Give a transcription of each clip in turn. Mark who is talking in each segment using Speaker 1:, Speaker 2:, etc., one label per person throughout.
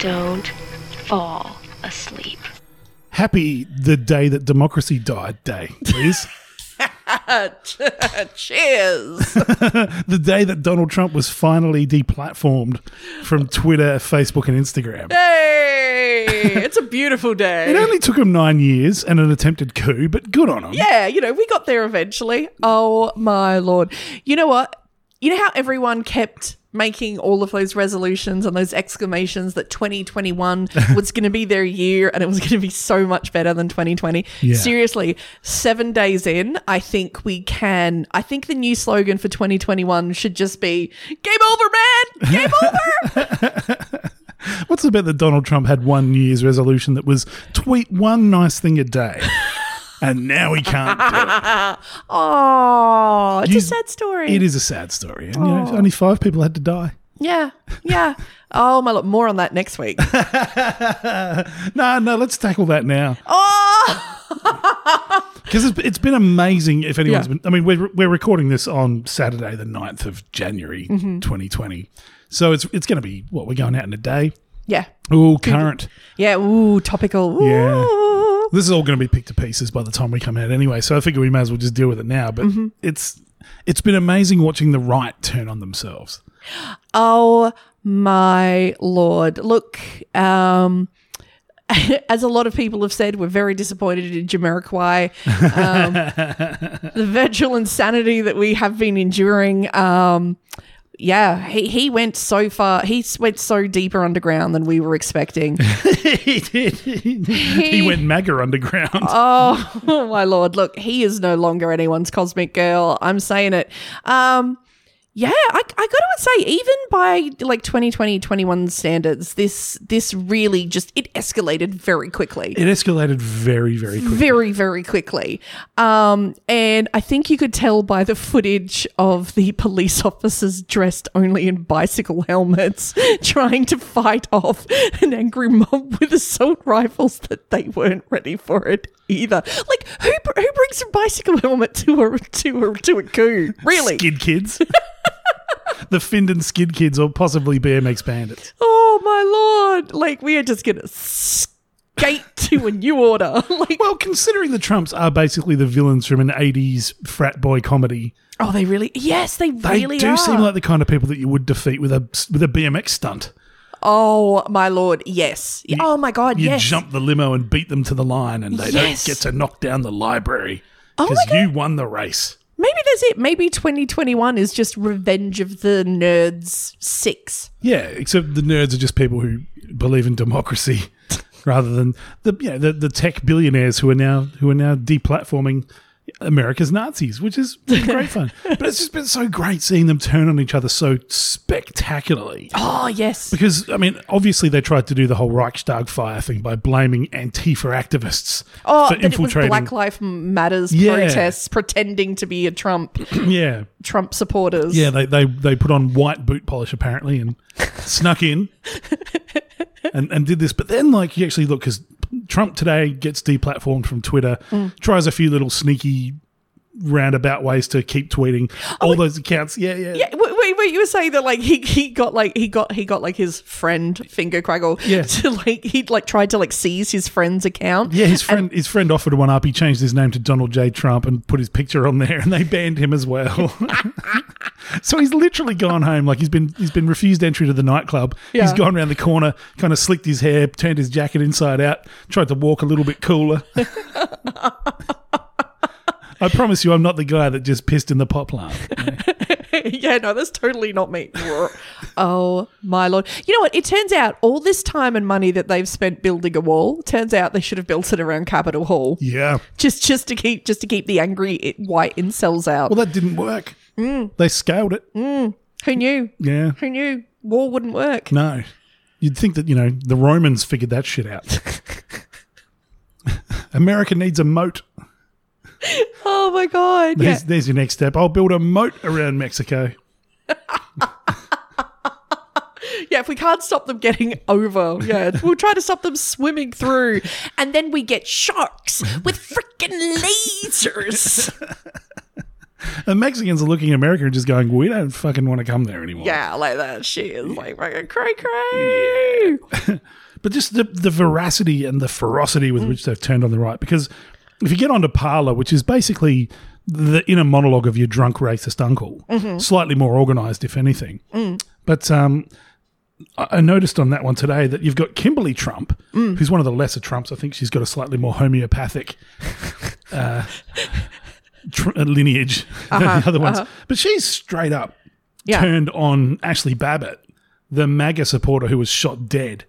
Speaker 1: Don't fall asleep.
Speaker 2: Happy the day that democracy died day, please.
Speaker 3: Cheers.
Speaker 2: the day that Donald Trump was finally deplatformed from Twitter, Facebook, and Instagram.
Speaker 3: Hey, it's a beautiful
Speaker 2: It
Speaker 3: day.
Speaker 2: only took him nine years and an attempted coup, but good on him.
Speaker 3: Yeah, you know, we got there eventually. Oh my lord. You know what? You know how everyone kept making all of those resolutions and those exclamations that 2021 was going to be their year and it was going to be so much better than 2020.
Speaker 2: Yeah.
Speaker 3: Seriously, 7 days in, I think we can I think the new slogan for 2021 should just be game over, man. Game over.
Speaker 2: What's the bet that Donald Trump had one New Year's resolution that was tweet one nice thing a day? and now he can't do it.
Speaker 3: Oh, it's
Speaker 2: You-
Speaker 3: a sad story.
Speaker 2: It is a sad story. And, you know, only five people had to die.
Speaker 3: Yeah, yeah. Oh my lord, more on that next week.
Speaker 2: No, no, let's tackle that now.
Speaker 3: Oh,
Speaker 2: Because it's, it's been amazing if anyone's
Speaker 3: Yeah.
Speaker 2: been. I mean, we're, we're recording this on Saturday, the 9th of January,
Speaker 3: Mm-hmm.
Speaker 2: 2020. So it's it's going to be what we're going out in a day.
Speaker 3: yeah,
Speaker 2: Ooh, current.
Speaker 3: yeah. Ooh, topical. Ooh.
Speaker 2: Yeah. This is all going to be picked to pieces by the time we come out anyway. So I figure we may as well just deal with it now. But
Speaker 3: Mm-hmm.
Speaker 2: it's it's been amazing watching the right turn on themselves.
Speaker 3: Oh my lord! Look, um, as a lot of people have said, we're very disappointed in Jamiroquai. Um, the virtual insanity that we have been enduring. Um, yeah, he, he went so far. He s- went so deeper underground than we were expecting.
Speaker 2: he did. he went MAGA underground.
Speaker 3: Oh, oh my lord. Look, he is no longer anyone's cosmic girl. I'm saying it. Um yeah, I, I gotta say, even by like 2020, 21 standards, this this really just it escalated very quickly.
Speaker 2: it escalated very, very quickly.
Speaker 3: very, very quickly. Um, and I think you could tell by the footage of the police officers dressed only in bicycle helmets trying to fight off an angry mob with assault rifles that they weren't ready for it either. Like, who, br- who brings a bicycle helmet to a, to a, to a coup? Really?
Speaker 2: Skid kids. the Findon Skid kids or possibly BMX bandits.
Speaker 3: Oh, my lord. Like, we are just going to skate to a new order. like,
Speaker 2: Well, considering the Trumps are basically the villains from an 80s frat boy comedy,
Speaker 3: oh, they really, yes, they,
Speaker 2: they
Speaker 3: really
Speaker 2: do
Speaker 3: are.
Speaker 2: seem like the kind of people that you would defeat with a with a BMX stunt.
Speaker 3: Oh my lord, yes. oh my god,
Speaker 2: You
Speaker 3: yes.
Speaker 2: jump the limo and beat them to the line, and they
Speaker 3: Yes.
Speaker 2: don't get to knock down the library
Speaker 3: Oh my
Speaker 2: because you won the race.
Speaker 3: Maybe that's it. Maybe 2021 is just Revenge of the Nerds 6.
Speaker 2: Yeah, except the nerds are just people who believe in democracy rather than the you know, the, the tech billionaires who are now who are now deplatforming America's Nazis, which is great fun. But it's just been so great seeing them turn on each other so spectacularly.
Speaker 3: Oh, yes.
Speaker 2: Because I mean, obviously they tried to do the whole Reichstag fire thing by blaming Antifa activists
Speaker 3: Oh,
Speaker 2: for
Speaker 3: but it was
Speaker 2: infiltrating.
Speaker 3: Black Lives Matters
Speaker 2: Yeah.
Speaker 3: protests pretending to be a Trump
Speaker 2: yeah,
Speaker 3: Trump supporters.
Speaker 2: yeah. They, they they put on white boot polish apparently and snuck in and and did this. But then like you actually look because Trump today gets deplatformed from Twitter,
Speaker 3: Mm.
Speaker 2: tries a few little sneaky roundabout ways to keep tweeting all those accounts. Yeah, yeah,
Speaker 3: Oh, Yeah, wait, wait, wait, you were saying that like he, he got like he got he got like his friend finger craggle
Speaker 2: Yeah.
Speaker 3: to like he like tried to like seize his friend's account.
Speaker 2: Yeah, his friend his friend offered one up. He changed his name to Donald J. Trump and put his picture on there, and they banned him as well. so he's literally gone home. Like he's been he's been refused entry to the nightclub. He's
Speaker 3: Yeah.
Speaker 2: gone around the corner, kind of slicked his hair, turned his jacket inside out, tried to walk a little bit cooler. I promise you, I'm not the guy that just pissed in the pot plant.
Speaker 3: yeah, no, that's totally not me. oh my lord! You know what? It turns out all this time and money that they've spent building a wall turns out they should have built it around Capitol Hall
Speaker 2: Yeah.
Speaker 3: just just to keep just to keep the angry i- white incels out.
Speaker 2: Well, that didn't work. They scaled it.
Speaker 3: Who knew?
Speaker 2: Yeah.
Speaker 3: Who knew? War wouldn't work.
Speaker 2: No. You'd think that, you know, the Romans figured that shit out. America needs a moat.
Speaker 3: Oh my god. Yeah.
Speaker 2: There's, there's your next step. I'll build a moat around Mexico.
Speaker 3: Yeah, if we can't stop them getting over, yeah, we'll try to stop them swimming through. And then we get sharks with freaking lasers.
Speaker 2: The Mexicans are looking at America and just going, we don't fucking want to come there anymore.
Speaker 3: Yeah, like that shit is like fucking cray cray.
Speaker 2: But just the, the veracity and the ferocity with which they've turned on the right. Because if you get onto Parlor, which is basically the inner monologue of your drunk racist uncle, slightly more organized, if anything. But um, I I noticed on that one today that you've got Kimberly Trump, who's one of the lesser Trumps. I think she's got a slightly more homeopathic uh, tr- uh, lineage than the other ones. But she's straight up
Speaker 3: Yeah.
Speaker 2: turned on Ashley Babbitt, the MAGA supporter who was shot dead,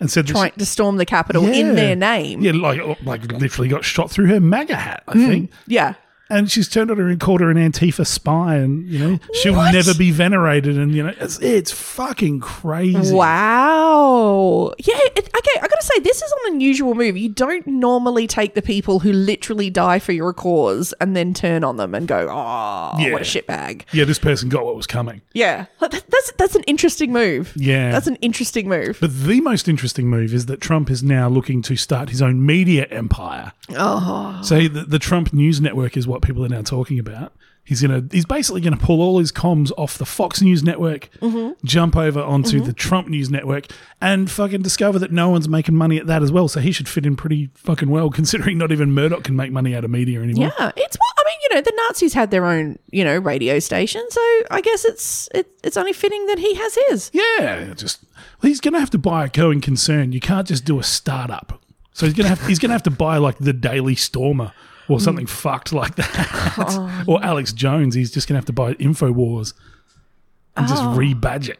Speaker 2: and said that she-
Speaker 3: Trying to storm the capital in their name. Hmm.
Speaker 2: Yeah, like oh, like literally got shot through her MAGA hat, I think.
Speaker 3: Yeah.
Speaker 2: And she's turned on her and called her an Antifa spy, and you know she'll
Speaker 3: What?
Speaker 2: never be venerated, and you know it's, it's fucking crazy.
Speaker 3: Wow. Yeah. It, okay. I gotta say, this is an unusual move. You don't normally take the people who literally die for your cause and then turn on them and go, "Oh,
Speaker 2: Yeah.
Speaker 3: what a shitbag."
Speaker 2: Yeah, this person got what was coming.
Speaker 3: Yeah. Like, that- That's that's an interesting move.
Speaker 2: Yeah.
Speaker 3: That's an interesting move.
Speaker 2: But the most interesting move is that Trump is now looking to start his own media empire. Oh. So the, the Trump News Network is what people are now talking about. He's gonna he's basically gonna pull all his comms off the Fox News Network, jump over onto the Trump News Network, and fucking discover that no one's making money at that as well. So he should fit in pretty fucking well, considering not even Murdoch can make money out of media anymore.
Speaker 3: Yeah. It's what I mean. You know, the Nazis had their own you know radio station, so I guess it's it, it's only fitting that he has his.
Speaker 2: Yeah, just well, he's going to have to buy a going concern. You can't just do a startup. So he's going to have he's going to have to buy like the Daily Stormer or something fucked like that, or Alex Jones. He's just going to have to buy Infowars and just rebadge it.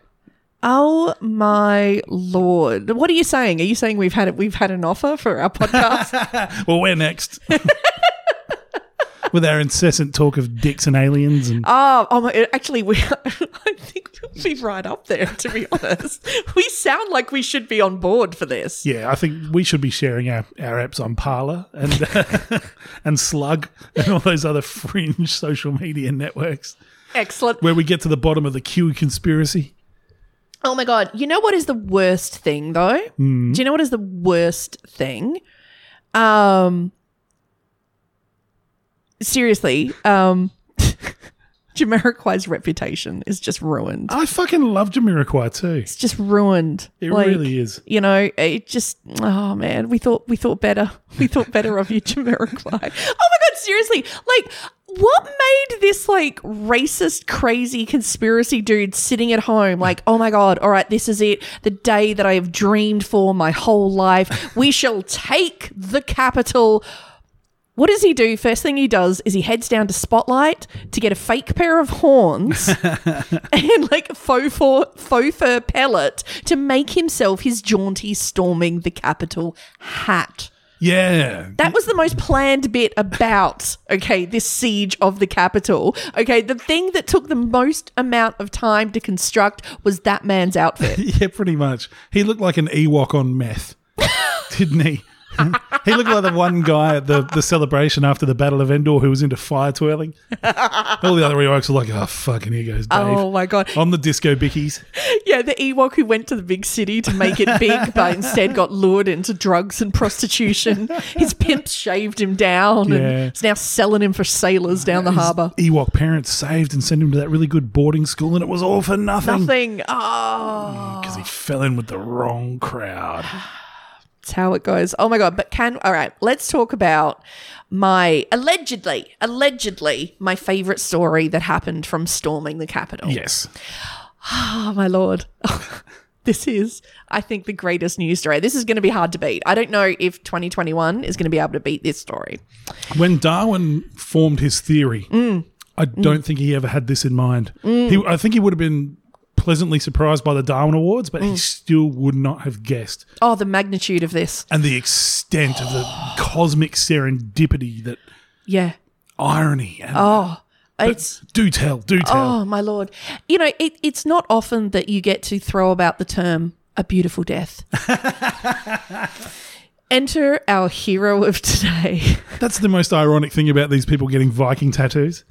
Speaker 3: Oh my lord! What are you saying? Are you saying we've had we've had an offer for our podcast?
Speaker 2: Well, we're next. With our incessant talk of dicks and aliens, and
Speaker 3: oh, oh my! Actually, we I think we'll be right up there. To be honest, we sound like we should be on board for this.
Speaker 2: yeah, I think we should be sharing our, our apps on Parler and and Slug and all those other fringe social media networks
Speaker 3: Excellent.
Speaker 2: where we get to the bottom of the Q conspiracy.
Speaker 3: Oh my god! You know what is the worst thing though? Do you know what is the worst thing? Um, seriously, um, Jamiroquai's reputation is just ruined.
Speaker 2: I fucking love Jamiroquai too.
Speaker 3: It's just ruined.
Speaker 2: It really is.
Speaker 3: You know, it just oh man, we thought we thought better. We thought better of you, Jamiroquai. Oh my god, seriously. Like what made this like racist, crazy conspiracy dude sitting at home like, oh my god, all right, this is it. The day that I have dreamed for my whole life. We shall take the capital. What does he do? First thing he does is he heads down to Spotlight to get a fake pair of horns and like a faux fur, faux fur pellet to make himself his jaunty storming the Capitol hat.
Speaker 2: Yeah.
Speaker 3: That was the most planned bit about, okay, this siege of the Capitol. Okay, the thing that took the most amount of time to construct was that man's outfit.
Speaker 2: Yeah, pretty much. He looked like an Ewok on meth, didn't he? he looked like the one guy at the, the celebration after the Battle of Endor who was into fire twirling. All the other Ewoks were like, oh, fucking here goes Dave.
Speaker 3: Oh my God.
Speaker 2: On the disco bickies.
Speaker 3: Yeah, the Ewok who went to the big city to make it big, but instead got lured into drugs and prostitution. His pimps shaved him down
Speaker 2: Yeah.
Speaker 3: and is now selling him for sailors down the harbour.
Speaker 2: Ewok parents saved and sent him to that really good boarding school, and it was all for nothing.
Speaker 3: Nothing. Oh.
Speaker 2: Because he fell in with the wrong crowd.
Speaker 3: That's how it goes. Oh my god! But can all right? Let's talk about my allegedly, allegedly my favorite story that happened from storming the Capitol.
Speaker 2: Yes.
Speaker 3: Oh my lord! this is, I think, the greatest news story. This is going to be hard to beat. I don't know if 2021 is going to be able to beat this story.
Speaker 2: when Darwin formed his theory, I don't think he ever had this in mind. He, I think he would have been pleasantly surprised by the Darwin Awards, but he still would not have guessed
Speaker 3: Oh, the magnitude of this!
Speaker 2: and the extent of the cosmic serendipity that
Speaker 3: Yeah.
Speaker 2: irony and oh,
Speaker 3: It's
Speaker 2: do tell, do tell.
Speaker 3: Oh my lord! You know, it, it's not often that you get to throw about the term "a beautiful death." Enter our hero of today.
Speaker 2: That's the most ironic thing about these people getting Viking tattoos.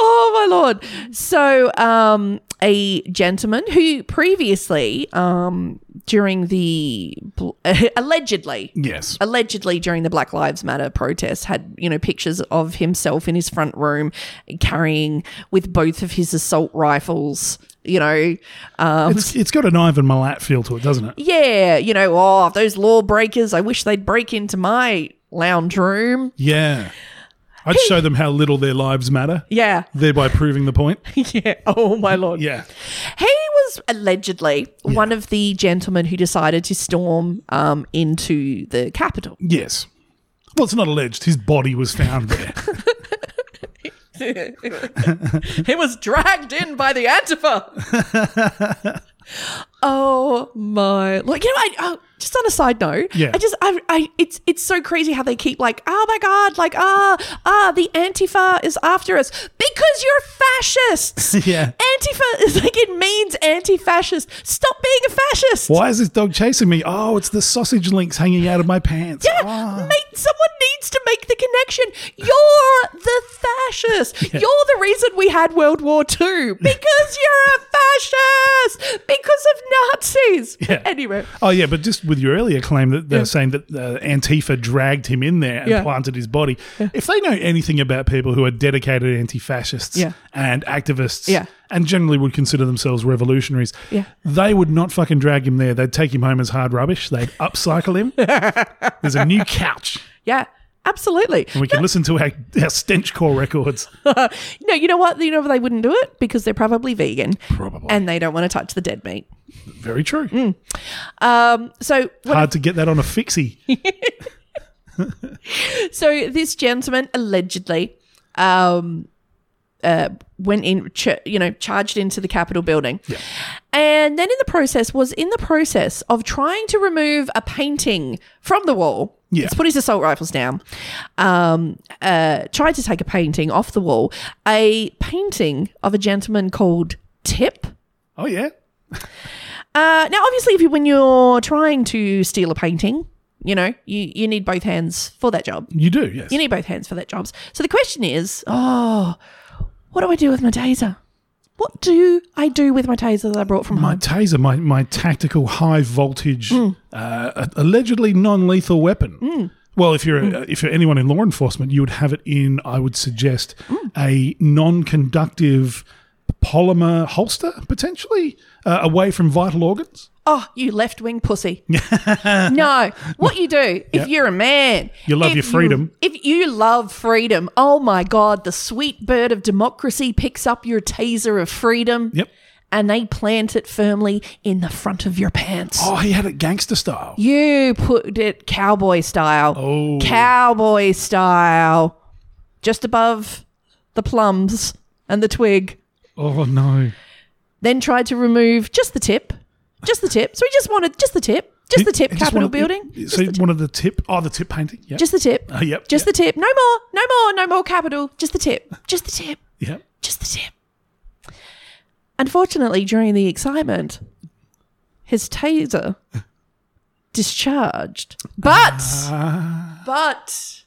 Speaker 3: Oh my lord! So, um, a gentleman who previously, um, during the bl- allegedly,
Speaker 2: Yes.
Speaker 3: allegedly during the Black Lives Matter protests, had you know pictures of himself in his front room carrying with both of his assault rifles. You know, um,
Speaker 2: It's, it's got an Ivan Milat feel to it, doesn't it?
Speaker 3: yeah, you know, oh those lawbreakers! I wish they'd break into my lounge room.
Speaker 2: Yeah. I'd show them how little their lives matter,
Speaker 3: Yeah,
Speaker 2: thereby proving the point.
Speaker 3: yeah. Oh my lord!
Speaker 2: Yeah.
Speaker 3: He was allegedly one of the gentlemen who decided to storm um, into the Capitol.
Speaker 2: Yes. Well, it's not alleged. His body was found there.
Speaker 3: He was dragged in by the Antifa. oh my! Like you know, I, oh, just on a side note,
Speaker 2: Yeah.
Speaker 3: I just, I, I, it's, it's so crazy how they keep like, oh my god, like ah, ah, the Antifa is after us because you're fascists.
Speaker 2: Yeah.
Speaker 3: Antifa is like it means anti-fascist. Stop being a fascist.
Speaker 2: Why is this dog chasing me? Oh, it's the sausage links hanging out of my pants.
Speaker 3: Yeah,
Speaker 2: Ah.
Speaker 3: mate, someone needs to make the connection. You're the fascist. You're the reason we had World War II because you're a fascist because of Nazis.
Speaker 2: Yeah.
Speaker 3: Anyway,
Speaker 2: Oh yeah, but just with your earlier claim that they're saying that uh, Antifa dragged him in there and
Speaker 3: Yeah.
Speaker 2: planted his body. If they know anything about people who are dedicated anti-fascists
Speaker 3: Yeah.
Speaker 2: and activists,
Speaker 3: Yeah.
Speaker 2: and generally would consider themselves revolutionaries,
Speaker 3: Yeah.
Speaker 2: they would not fucking drag him there. They'd take him home as hard rubbish. They'd upcycle him. There's a new couch,
Speaker 3: yeah, absolutely.
Speaker 2: and we can listen to our, our stench core records.
Speaker 3: No, you know what? You know they wouldn't do it because they're probably vegan.
Speaker 2: Probably.
Speaker 3: And they don't want to touch the dead meat.
Speaker 2: Very true.
Speaker 3: Um, so Mm, what
Speaker 2: Hard to get that on a fixie.
Speaker 3: So this gentleman allegedly um, uh, went in, ch- you know, charged into the Capitol building, and then in the process was in the process of trying to remove a painting from the wall.
Speaker 2: Yeah.
Speaker 3: Let's put his assault rifles down. Um, uh, tried to take a painting off the wall, a painting of a gentleman called Tip.
Speaker 2: Oh yeah.
Speaker 3: Uh, now, obviously, if you, when you're trying to steal a painting, you know, you, you need both hands for that job.
Speaker 2: You do, yes.
Speaker 3: You need both hands for that jobs. So the question is, oh, what do I do with my taser? What do I do with my taser that I brought from
Speaker 2: my
Speaker 3: home?
Speaker 2: taser, my, my tactical high voltage,
Speaker 3: Mm.
Speaker 2: uh, a- allegedly non lethal weapon. Well, if
Speaker 3: Mm.
Speaker 2: you're uh if you're anyone in law enforcement, you would have it in. I would suggest
Speaker 3: Mm.
Speaker 2: a non-conductive polymer holster, potentially uh, away from vital organs.
Speaker 3: Oh, you left wing pussy. no. What you do if you're a man.
Speaker 2: You love
Speaker 3: if
Speaker 2: your freedom.
Speaker 3: if you love freedom, oh my God, the sweet bird of democracy picks up your taser of freedom
Speaker 2: Yep.
Speaker 3: and they plant it firmly in the front of your pants.
Speaker 2: Oh, he had it gangster style.
Speaker 3: You put it cowboy style.
Speaker 2: Oh.
Speaker 3: Cowboy style. Just above the plums and the twig.
Speaker 2: Oh no,
Speaker 3: Then tried to remove just the tip. Just the tip. So he just wanted just the tip. Just the tip,
Speaker 2: He- he just
Speaker 3: Capitol
Speaker 2: wanted-
Speaker 3: building.
Speaker 2: he- So one of the tip. Oh, the tip painting. Yeah.
Speaker 3: Just the tip.
Speaker 2: Oh, yep,
Speaker 3: Just
Speaker 2: yep.
Speaker 3: the tip. No more. No more. No more Capitol. Just the tip. Just the tip.
Speaker 2: yeah.
Speaker 3: Just the tip. Unfortunately, during the excitement, his taser discharged. But, but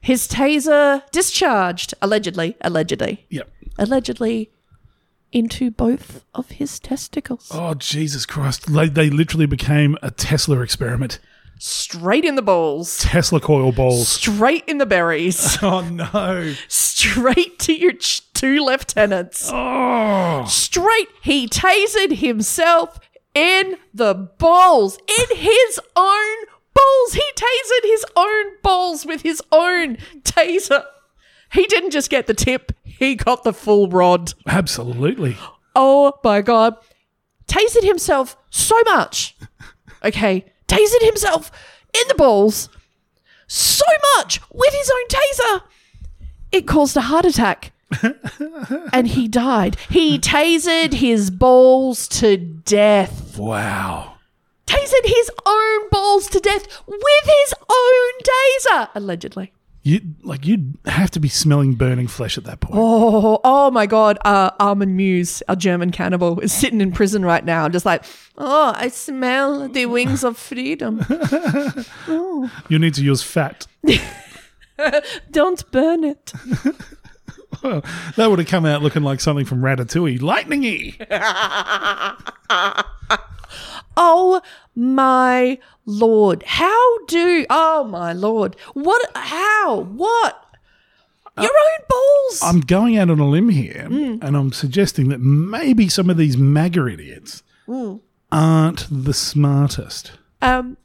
Speaker 3: his taser discharged, allegedly, allegedly,
Speaker 2: Yep.
Speaker 3: allegedly, into both of his testicles.
Speaker 2: Oh Jesus Christ! They, they literally became a Tesla experiment.
Speaker 3: Straight in the balls.
Speaker 2: Tesla coil balls.
Speaker 3: Straight in the berries.
Speaker 2: Oh no.
Speaker 3: straight to your ch- two lieutenants.
Speaker 2: Oh,
Speaker 3: Straight, he tasered himself in the balls, in his own balls. He tasered his own balls with his own taser. He didn't just get the tip, he got the full rod.
Speaker 2: Absolutely.
Speaker 3: Oh my God. Tasered himself so much. Okay. Tasered himself in the balls so much with his own taser. It caused a heart attack. and he died. He tasered his balls to death.
Speaker 2: Wow.
Speaker 3: Tasered his own balls to death with his own taser, allegedly.
Speaker 2: you like you'd have to be smelling burning flesh at that point.
Speaker 3: Oh, oh my God. Uh, Armin Muse, our German cannibal, is sitting in prison right now, just like, oh, I smell the wings of freedom.
Speaker 2: You need to use fat.
Speaker 3: Don't burn it.
Speaker 2: That would have come out looking like something from Ratatouille, lightningy.
Speaker 3: Oh my Lord. How do, oh my Lord. What, how, what? Your own balls.
Speaker 2: I'm going out on a limb here, and I'm suggesting that maybe some of these MAGA idiots Mm. aren't the smartest.
Speaker 3: Um,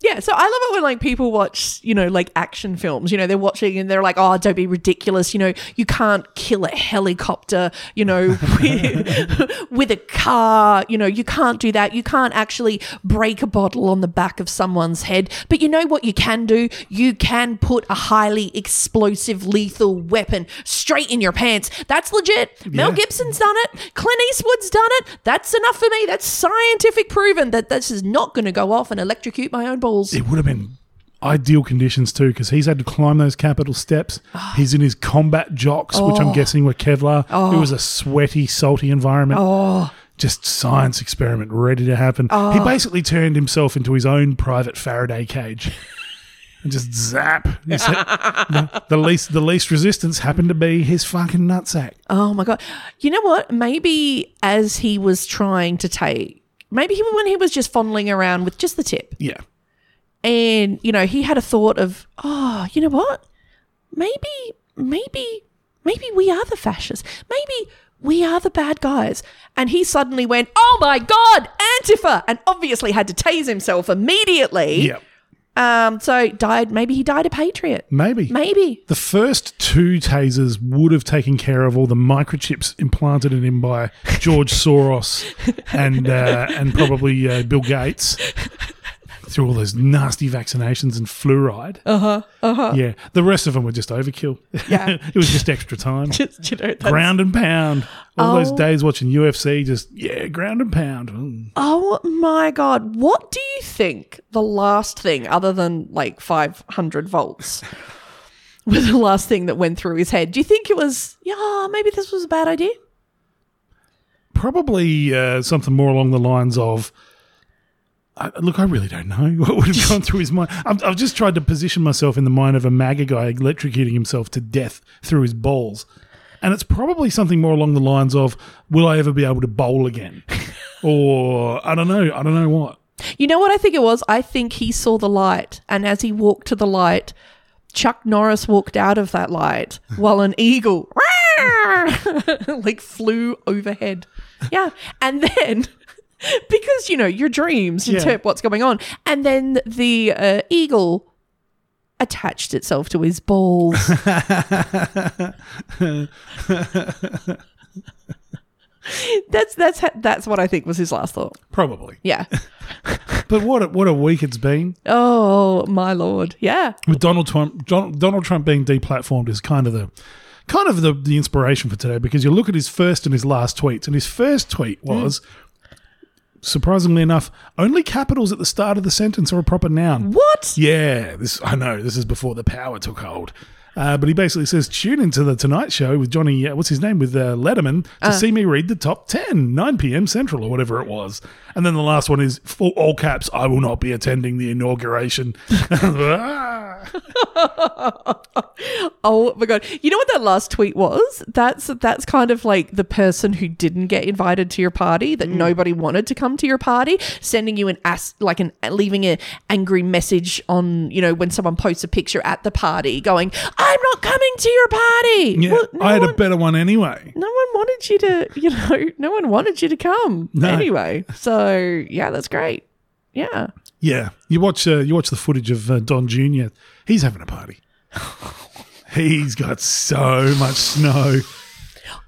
Speaker 3: yeah, so I love it when like people watch, you know, like action films. You know, they're watching and they're like, "Oh, don't be ridiculous." You know, you can't kill a helicopter. You know, with, with a car. You know, you can't do that. You can't actually break a bottle on the back of someone's head. E But you know what you can do? You can put a highly explosive, lethal weapon straight in your pants. That's legit. Mel
Speaker 2: Yeah.
Speaker 3: Gibson's done it. Clint Eastwood's done it. That's enough for me. That's scientific proven that this is not going to go off and electrocute my own balls.
Speaker 2: It would have been ideal conditions too, because he's had to climb those capital steps. He's in his combat jocks, which I'm guessing were Kevlar. It was a sweaty, salty environment. Oh. Just science experiment ready to happen. He basically turned himself into his own private Faraday cage. And just zap. His he- the, the least the least resistance happened to be his fucking nutsack.
Speaker 3: Oh my god! You know what? Maybe as he was trying to take, maybe he, when he was just fondling around with just the tip,
Speaker 2: Yeah.
Speaker 3: and you know he had a thought of, oh, you know what? Maybe, maybe, maybe we are the fascists. Maybe we are the bad guys. And he suddenly went, oh my god, Antifa, and obviously had to tase himself immediately.
Speaker 2: Yeah.
Speaker 3: Um, so died. Maybe he died a patriot.
Speaker 2: Maybe.
Speaker 3: Maybe.
Speaker 2: The first two tasers would have taken care of all the microchips implanted in him by George Soros and uh, and probably uh, Bill Gates through all those nasty vaccinations and fluoride. Uh huh. Uh huh. Yeah. The rest of them were just overkill.
Speaker 3: Uh-huh, Yeah.
Speaker 2: it was just extra time.
Speaker 3: Just, you know, that's-
Speaker 2: ground and pound. All those
Speaker 3: Oh.
Speaker 2: days watching UFC, just yeah, ground and pound. Mm.
Speaker 3: Oh my god! What do you think the last thing, other than like five hundred volts, was the last thing that went through his head? Do you think it was? Yeah, maybe this was a bad idea.
Speaker 2: Probably uh, something more along the lines of. I, look, I really don't know what would have gone through his mind. I've, I've just tried to position myself in the mind of a MAGA guy electrocuting himself to death through his balls. And it's probably something more along the lines of, will I ever be able to bowl again? or, I don't know, I don't know what.
Speaker 3: You know what I think it was? I think he saw the light, and as he walked to the light, Chuck Norris walked out of that light while an eagle like flew overhead. Yeah. And then because you know your dreams interpret what's going on and then the uh, eagle attached itself to his balls that's that's ha- that's what i think was his last thought
Speaker 2: Probably.
Speaker 3: yeah
Speaker 2: But what a, what a week it's been.
Speaker 3: oh my lord yeah
Speaker 2: with Donald Trump Don, Donald Trump being deplatformed is kind of the kind of the, the inspiration for today because you look at his first and his last tweets and his first tweet was surprisingly enough only capitals at the start of the sentence are a proper noun
Speaker 3: what
Speaker 2: yeah this I know this is before the power took hold uh, but he basically says tune into the Tonight Show with Johnny uh, what's his name with uh, Letterman to see me read the top 10 9 p.m. Central or whatever it was and then the last one is for all caps I will not be attending the inauguration Ah.
Speaker 3: Oh my god! You know what that last tweet was? That's that's kind of like the person who didn't get invited to your party,
Speaker 2: Hmm.
Speaker 3: that nobody wanted to come to your party, sending you an ass like an leaving an angry message on you know when someone posts a picture at the party, going, "I'm not coming to your party."
Speaker 2: Yeah,
Speaker 3: Well, no
Speaker 2: I had
Speaker 3: one,
Speaker 2: a better one anyway.
Speaker 3: no one wanted you to, you know, no one wanted you to come
Speaker 2: No.
Speaker 3: anyway. So yeah, that's great. Yeah.
Speaker 2: Yeah, you watch uh, you watch the footage of uh, Don Junior. He's having a party. He's got so much snow.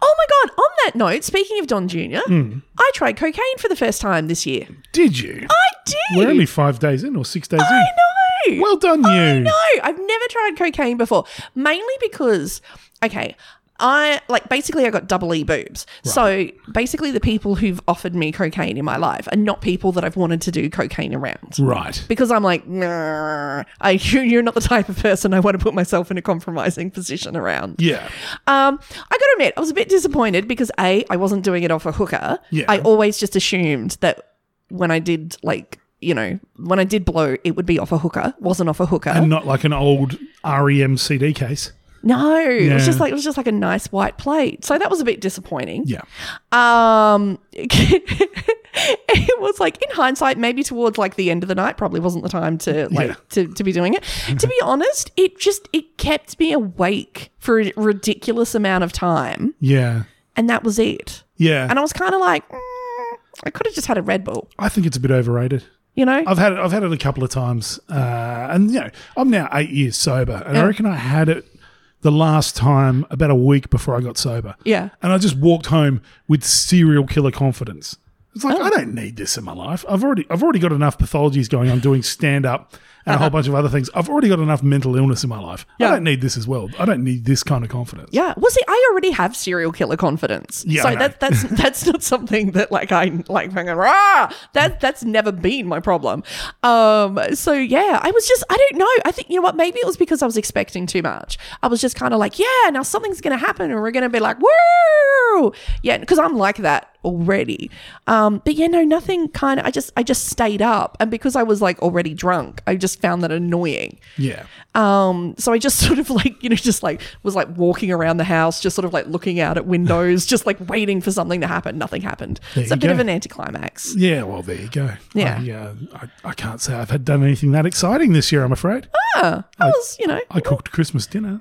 Speaker 3: Oh my god! On that note, speaking of Don Junior,
Speaker 2: Hmm.
Speaker 3: I tried cocaine for the first time this year.
Speaker 2: Did you?
Speaker 3: I did.
Speaker 2: We're only five days in or six days
Speaker 3: I know.
Speaker 2: in. Well done,
Speaker 3: I
Speaker 2: you.
Speaker 3: know. I've never tried cocaine before, mainly because, okay, I like basically I got double E boobs. So basically, the people who've offered me cocaine in my life are not people that I've wanted to do cocaine around
Speaker 2: Right.
Speaker 3: because I'm like, nah, I, you're not the type of person I want to put myself in a compromising position around.
Speaker 2: Yeah.
Speaker 3: Um, I got to admit, I was a bit disappointed because A, I wasn't doing it off a hooker.
Speaker 2: Yeah.
Speaker 3: I always just assumed that when I did, like, you know, when I did blow, it would be off a hooker. Wasn't off a hooker.
Speaker 2: And not like an old E REM CD case.
Speaker 3: no, it was
Speaker 2: Yeah.
Speaker 3: just like it was just like a nice white plate. So that was a bit disappointing.
Speaker 2: Yeah.
Speaker 3: Um, it was like in hindsight, maybe towards like the end of the night, probably wasn't the time to like
Speaker 2: Yeah.
Speaker 3: to, to be doing it. to be honest, it just it kept me awake for a ridiculous amount of time,
Speaker 2: Yeah.
Speaker 3: and that was it.
Speaker 2: Yeah.
Speaker 3: And I was kind of like, mm, I could have just had a Red Bull,
Speaker 2: I think it's a bit overrated.
Speaker 3: you know?
Speaker 2: I've had it. I've had it a couple of times, uh, and you know, I'm now eight years sober, and I reckon I had it the last time about a week before I got sober.
Speaker 3: Yeah.
Speaker 2: and I just walked home with serial killer confidence. It's
Speaker 3: Oh.
Speaker 2: like I don't need this in my life. I've already I've already got enough pathologies going on doing stand up and a whole bunch of other things. I've already got enough mental illness in my life.
Speaker 3: Uh-huh. Yeah.
Speaker 2: I don't need this as well. I don't need this kind of confidence.
Speaker 3: yeah. Well, see, I already have serial killer confidence.
Speaker 2: Yeah, I
Speaker 3: so
Speaker 2: know.
Speaker 3: that, that's that's not something that like I like. I'm going, rah! That that's never been my problem. Um. So yeah, I was just I don't know. I think you know what? Maybe it was because I was expecting too much. I was just kind of like, yeah, now something's going to happen, and we're going to be like, woo! Yeah, because I'm like that already. Um. But yeah, no, nothing. Kind of. I just I just stayed up, and because I was like already drunk, I just found that annoying.
Speaker 2: Yeah.
Speaker 3: Um, so I just sort of like, you know, just like was like walking around the house, just sort of like looking out at windows, just like waiting for something to happen. Nothing happened. it's a
Speaker 2: you
Speaker 3: bit
Speaker 2: go.
Speaker 3: of an anticlimax.
Speaker 2: Yeah, well, there you go.
Speaker 3: Yeah.
Speaker 2: I, uh, I, I can't say I've had done anything that exciting this year, I'm afraid.
Speaker 3: I was, you know,
Speaker 2: I cooked Christmas dinner.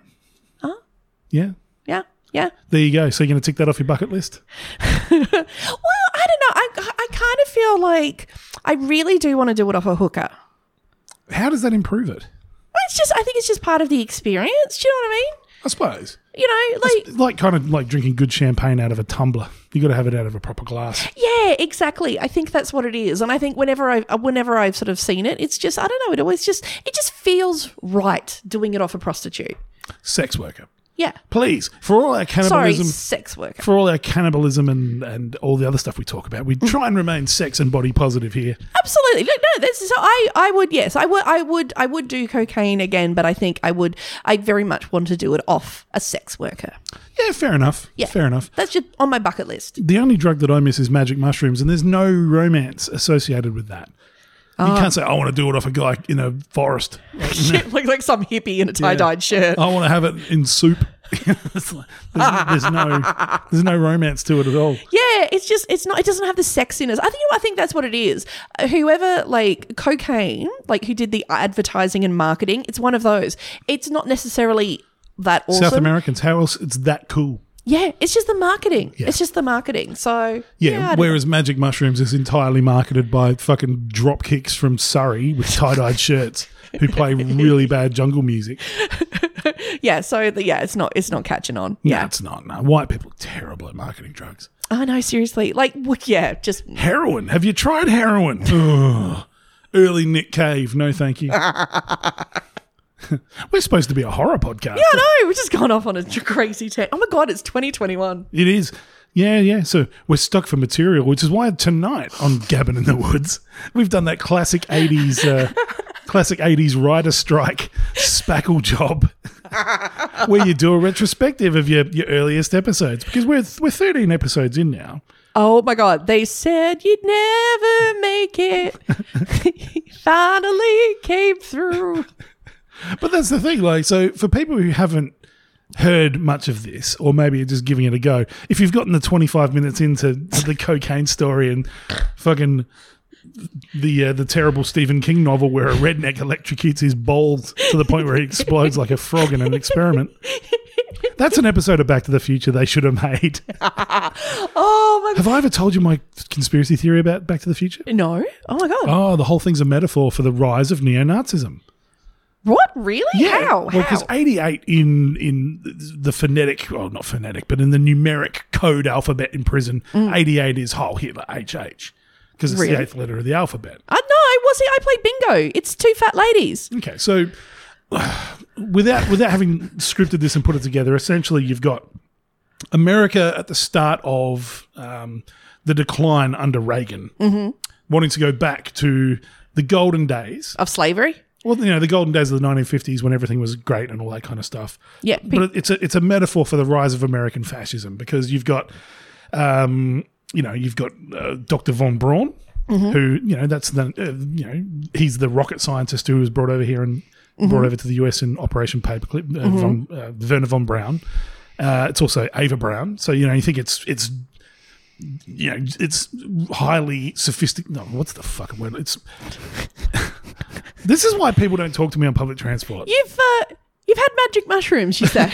Speaker 2: Huh?
Speaker 3: Ah.
Speaker 2: Yeah.
Speaker 3: yeah, yeah.
Speaker 2: There you go. So you're going to tick that off your bucket list?
Speaker 3: Well, I don't know. I, I kind of feel like I really do want to do it off a hooker.
Speaker 2: How does that improve it?
Speaker 3: It's just, I think it's just part of the experience. Do you know what I
Speaker 2: I suppose.
Speaker 3: mean? You know, like,
Speaker 2: It's like kind of like drinking good champagne out of a tumbler. You got to have it out of a proper glass.
Speaker 3: yeah, exactly. I think that's what it is, and I think whenever I, have whenever I've sort of seen it, it's just, I don't know. It always just, it just feels right doing it off a prostitute.
Speaker 2: Sex worker.
Speaker 3: Yeah.
Speaker 2: Please, for all our
Speaker 3: Sorry,
Speaker 2: cannibalism,
Speaker 3: sex worker.
Speaker 2: for all our cannibalism and, and all the other stuff we talk about,
Speaker 3: Mm.
Speaker 2: we try and remain sex and body positive here.
Speaker 3: Absolutely. Look, no, this is so I, I would yes, I would I would I would do cocaine again, but I think I would I very much want to do it off a sex worker.
Speaker 2: Yeah, fair enough.
Speaker 3: Yeah.
Speaker 2: Fair enough.
Speaker 3: That's just on my bucket list.
Speaker 2: the only drug that I miss is magic mushrooms, and there's no romance associated with that.
Speaker 3: Ah.
Speaker 2: You can't say I want to do it off a guy in a forest. Like, no,
Speaker 3: like like some hippie in a tie-dyed shirt.
Speaker 2: I want to have it in soup. It's like, there's, there's no, there's no romance to it at all.
Speaker 3: Yeah, it's just it's not it doesn't have the sexiness. I think you know, I think that's what it is. Uh, Whoever like cocaine, like who did the advertising and marketing, it's one of those. It's not necessarily that awesome.
Speaker 2: South Americans, how else? It's that cool.
Speaker 3: Yeah, it's just the marketing. It's just the marketing. So
Speaker 2: Yeah.
Speaker 3: I don't-
Speaker 2: whereas magic mushrooms is entirely marketed by fucking drop kicks from Surrey with tie-dyed shirts who play really bad jungle music.
Speaker 3: yeah, so the, yeah, it's not it's not catching on.
Speaker 2: No,
Speaker 3: Yeah.
Speaker 2: it's not. No, white people are terrible at marketing drugs.
Speaker 3: I know, Oh, seriously. Like, w- yeah, just
Speaker 2: Heroin. Have you tried heroin? Ugh. Early Nick Cave. No, thank you. We're supposed to be a horror podcast.
Speaker 3: I know. We've just gone off on a j- crazy tangent. Oh my god, it's 2021.
Speaker 2: It is. Yeah, yeah. So we're stuck for material, which is why tonight on Gabbin in the Woods, we've done that classic 80s. Uh, Classic 80s writer strike spackle job where you do a retrospective of your, your earliest episodes because we're, we're 13 episodes in now.
Speaker 3: Oh my god, they said you'd never make it. Finally came through.
Speaker 2: But that's the thing, like, so for people who haven't heard much of this, or maybe are just giving it a go, if you've gotten the 25 minutes into to the cocaine story and fucking the uh, the terrible Stephen King novel where a redneck electrocutes his balls to the point where he explodes like a frog in an experiment. That's an episode of Back to the Future they should have made.
Speaker 3: Oh my
Speaker 2: Have I ever told you my conspiracy theory about Back to the Future?
Speaker 3: god. No. Oh my god.
Speaker 2: Oh, the whole thing's a metaphor for the rise of neo-Nazism.
Speaker 3: What? Really? How?
Speaker 2: Well,
Speaker 3: How?
Speaker 2: because 88 in in the phonetic, well, not phonetic, but in the numeric code alphabet in prison, 88 is whole Hitler, HH, because it's
Speaker 3: Mm. Really?
Speaker 2: the eighth letter of the alphabet.
Speaker 3: I know. Was Uh, it? I played bingo. It's two fat ladies.
Speaker 2: Okay, so without without having scripted this and put it together, essentially you've got America at the start of um, the decline under Reagan,
Speaker 3: Mm-hmm.
Speaker 2: wanting to go back to the golden days.
Speaker 3: of slavery.
Speaker 2: Well, you know, the golden days of the 1950s when everything was great and all that kind of stuff.
Speaker 3: Yeah, pe-
Speaker 2: But it- it's a, it's a metaphor for the rise of American fascism because you've got, um, you know, you've got uh, Dr. Von Braun, who, you know, that's the, uh, you know, he's the rocket scientist who was brought over here and brought over to the US in Operation Paperclip, uh, von, uh, Werner von Braun. Uh, it's also Ava Brown. So, you know, you think it's, it's, you know, it's highly sophisticated. No, what's the fucking word? It's. this is why people don't talk to me on public transport.
Speaker 3: You've uh, you've had magic mushrooms, you say.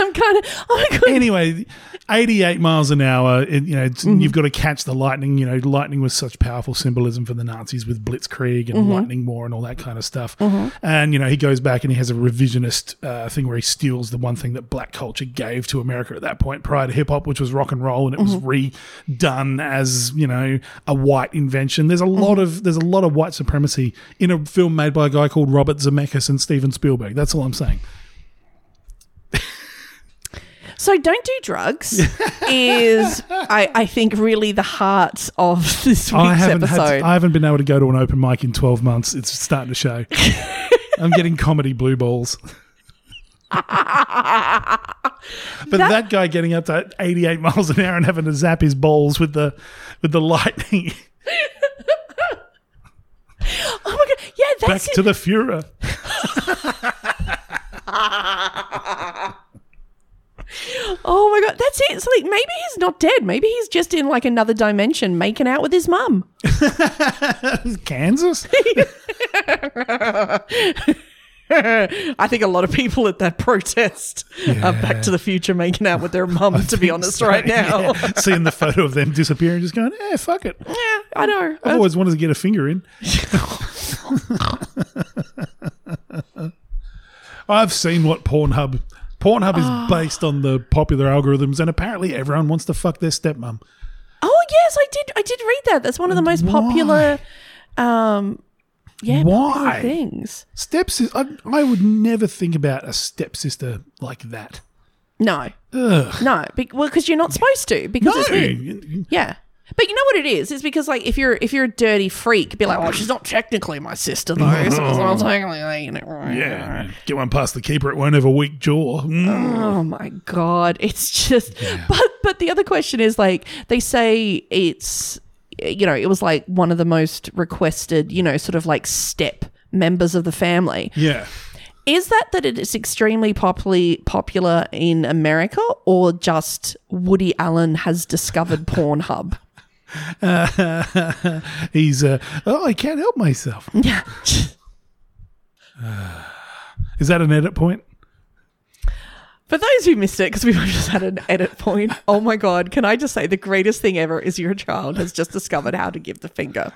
Speaker 3: I'm kind of. Oh my god!
Speaker 2: anyway, 88 miles an hour. It, you know, it's, you've got to catch the lightning. You know, lightning was such powerful symbolism for the Nazis with Blitzkrieg and lightning war and all that kind of stuff. And you know, he goes back and he has a revisionist uh, thing where he steals the one thing that black culture gave to America at that point, prior to hip hop, which was rock and roll, and it was redone as you know a white invention. There's a lot of there's a lot of white supremacy in a film made by a guy called Robert Zemeckis and Steven Spielberg. That's all I'm saying.
Speaker 3: So don't do drugs. is I, I think really the heart of this week's
Speaker 2: I haven't
Speaker 3: episode.
Speaker 2: Had, I haven't been able to go to an open mic in twelve months. It's starting to show. I'm getting comedy blue balls. but that, guy getting up to 88 miles an hour and having to zap his balls with the with the lightning.
Speaker 3: oh my god! Yeah,
Speaker 2: Back
Speaker 3: that's it.
Speaker 2: to the Fuhrer.
Speaker 3: oh my god, that's it. So like, maybe he's not dead. Maybe he's just in like another dimension, making out with his mum.
Speaker 2: Kansas?
Speaker 3: I think a lot of people at that protest are Back to the Future making out with their mum. To be honest, right now.
Speaker 2: Yeah. Seeing the photo of them disappearing, just going, eh, fuck it.
Speaker 3: Yeah, I know.
Speaker 2: I've always wanted to get a finger in. I've seen what Pornhub. Pornhub is based on the popular algorithms, and apparently everyone wants to fuck their stepmom.
Speaker 3: Oh yes, I did. I did read that. That's one of the most popular. Um, yeah, popular
Speaker 2: Why?
Speaker 3: things?
Speaker 2: Stepsis, I, I would never think about a stepsister like that.
Speaker 3: No,
Speaker 2: Ugh.
Speaker 3: no. Be- well, because you're not supposed to. Because
Speaker 2: No,
Speaker 3: it's weird. Yeah. But you know what it is? It's because like if you're if you're a dirty freak, be like, oh, she's not technically my sister though. So it's not technically, like, you know.
Speaker 2: yeah. Get one past the keeper; it won't have a weak jaw. Mm.
Speaker 3: Oh my god, it's just. But but the other question is like they say it's you know it was like one of the most requested you know sort of like step members of the family.
Speaker 2: Yeah,
Speaker 3: Is that that it is extremely popularly popular in America, or just Woody Allen has discovered Pornhub?
Speaker 2: he's. Uh, oh, I can't help myself.
Speaker 3: Yeah.
Speaker 2: Is that an edit point?
Speaker 3: For those who missed it, because we've just had an edit point. Oh my god! Can I just say the greatest thing ever is your child has just discovered how to give the finger.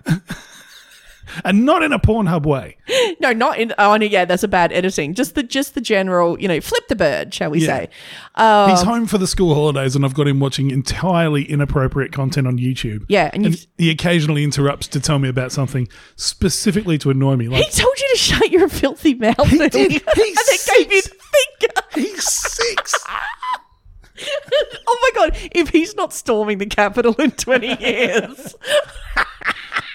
Speaker 2: And not in a Pornhub way.
Speaker 3: No, not in. Oh, no, yeah, that's a bad editing. Just the just the general, you know, flip the bird, shall we
Speaker 2: Yeah.
Speaker 3: say? Uh,
Speaker 2: He's home for the school holidays, and I've got him watching entirely inappropriate content on YouTube.
Speaker 3: Yeah, and you've-
Speaker 2: he occasionally interrupts to tell me about something specifically to annoy me.
Speaker 3: he
Speaker 2: Like
Speaker 3: told you to shut your filthy mouth.
Speaker 2: He
Speaker 3: and-
Speaker 2: did. He
Speaker 3: and then gave you the finger.
Speaker 2: he's six.
Speaker 3: oh my god! If he's not storming the Capitol in twenty years,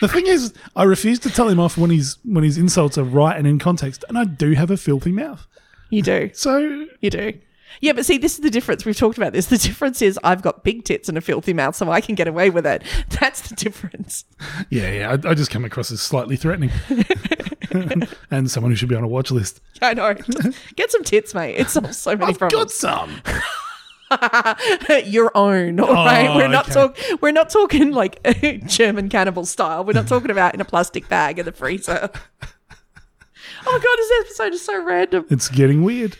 Speaker 2: the thing is, I refuse to tell him off when he's when his insults are right and in context, and I do have a filthy mouth.
Speaker 3: you do.
Speaker 2: So
Speaker 3: You do. Yeah, but see, this is the difference. We've talked about this. The difference is I've got big tits and a filthy mouth, so I can get away with it. That's the difference.
Speaker 2: yeah, yeah, I, I just come across as slightly threatening, and someone who should be on a watch list.
Speaker 3: I know. Just get some tits, mate. It solves so many
Speaker 2: I've got
Speaker 3: problems.
Speaker 2: some.
Speaker 3: Your own, all right? We're not
Speaker 2: okay.
Speaker 3: talk. We're not talking like German cannibal style. We're not talking about in a plastic bag in the freezer. oh my god, this episode is so random.
Speaker 2: It's getting weird.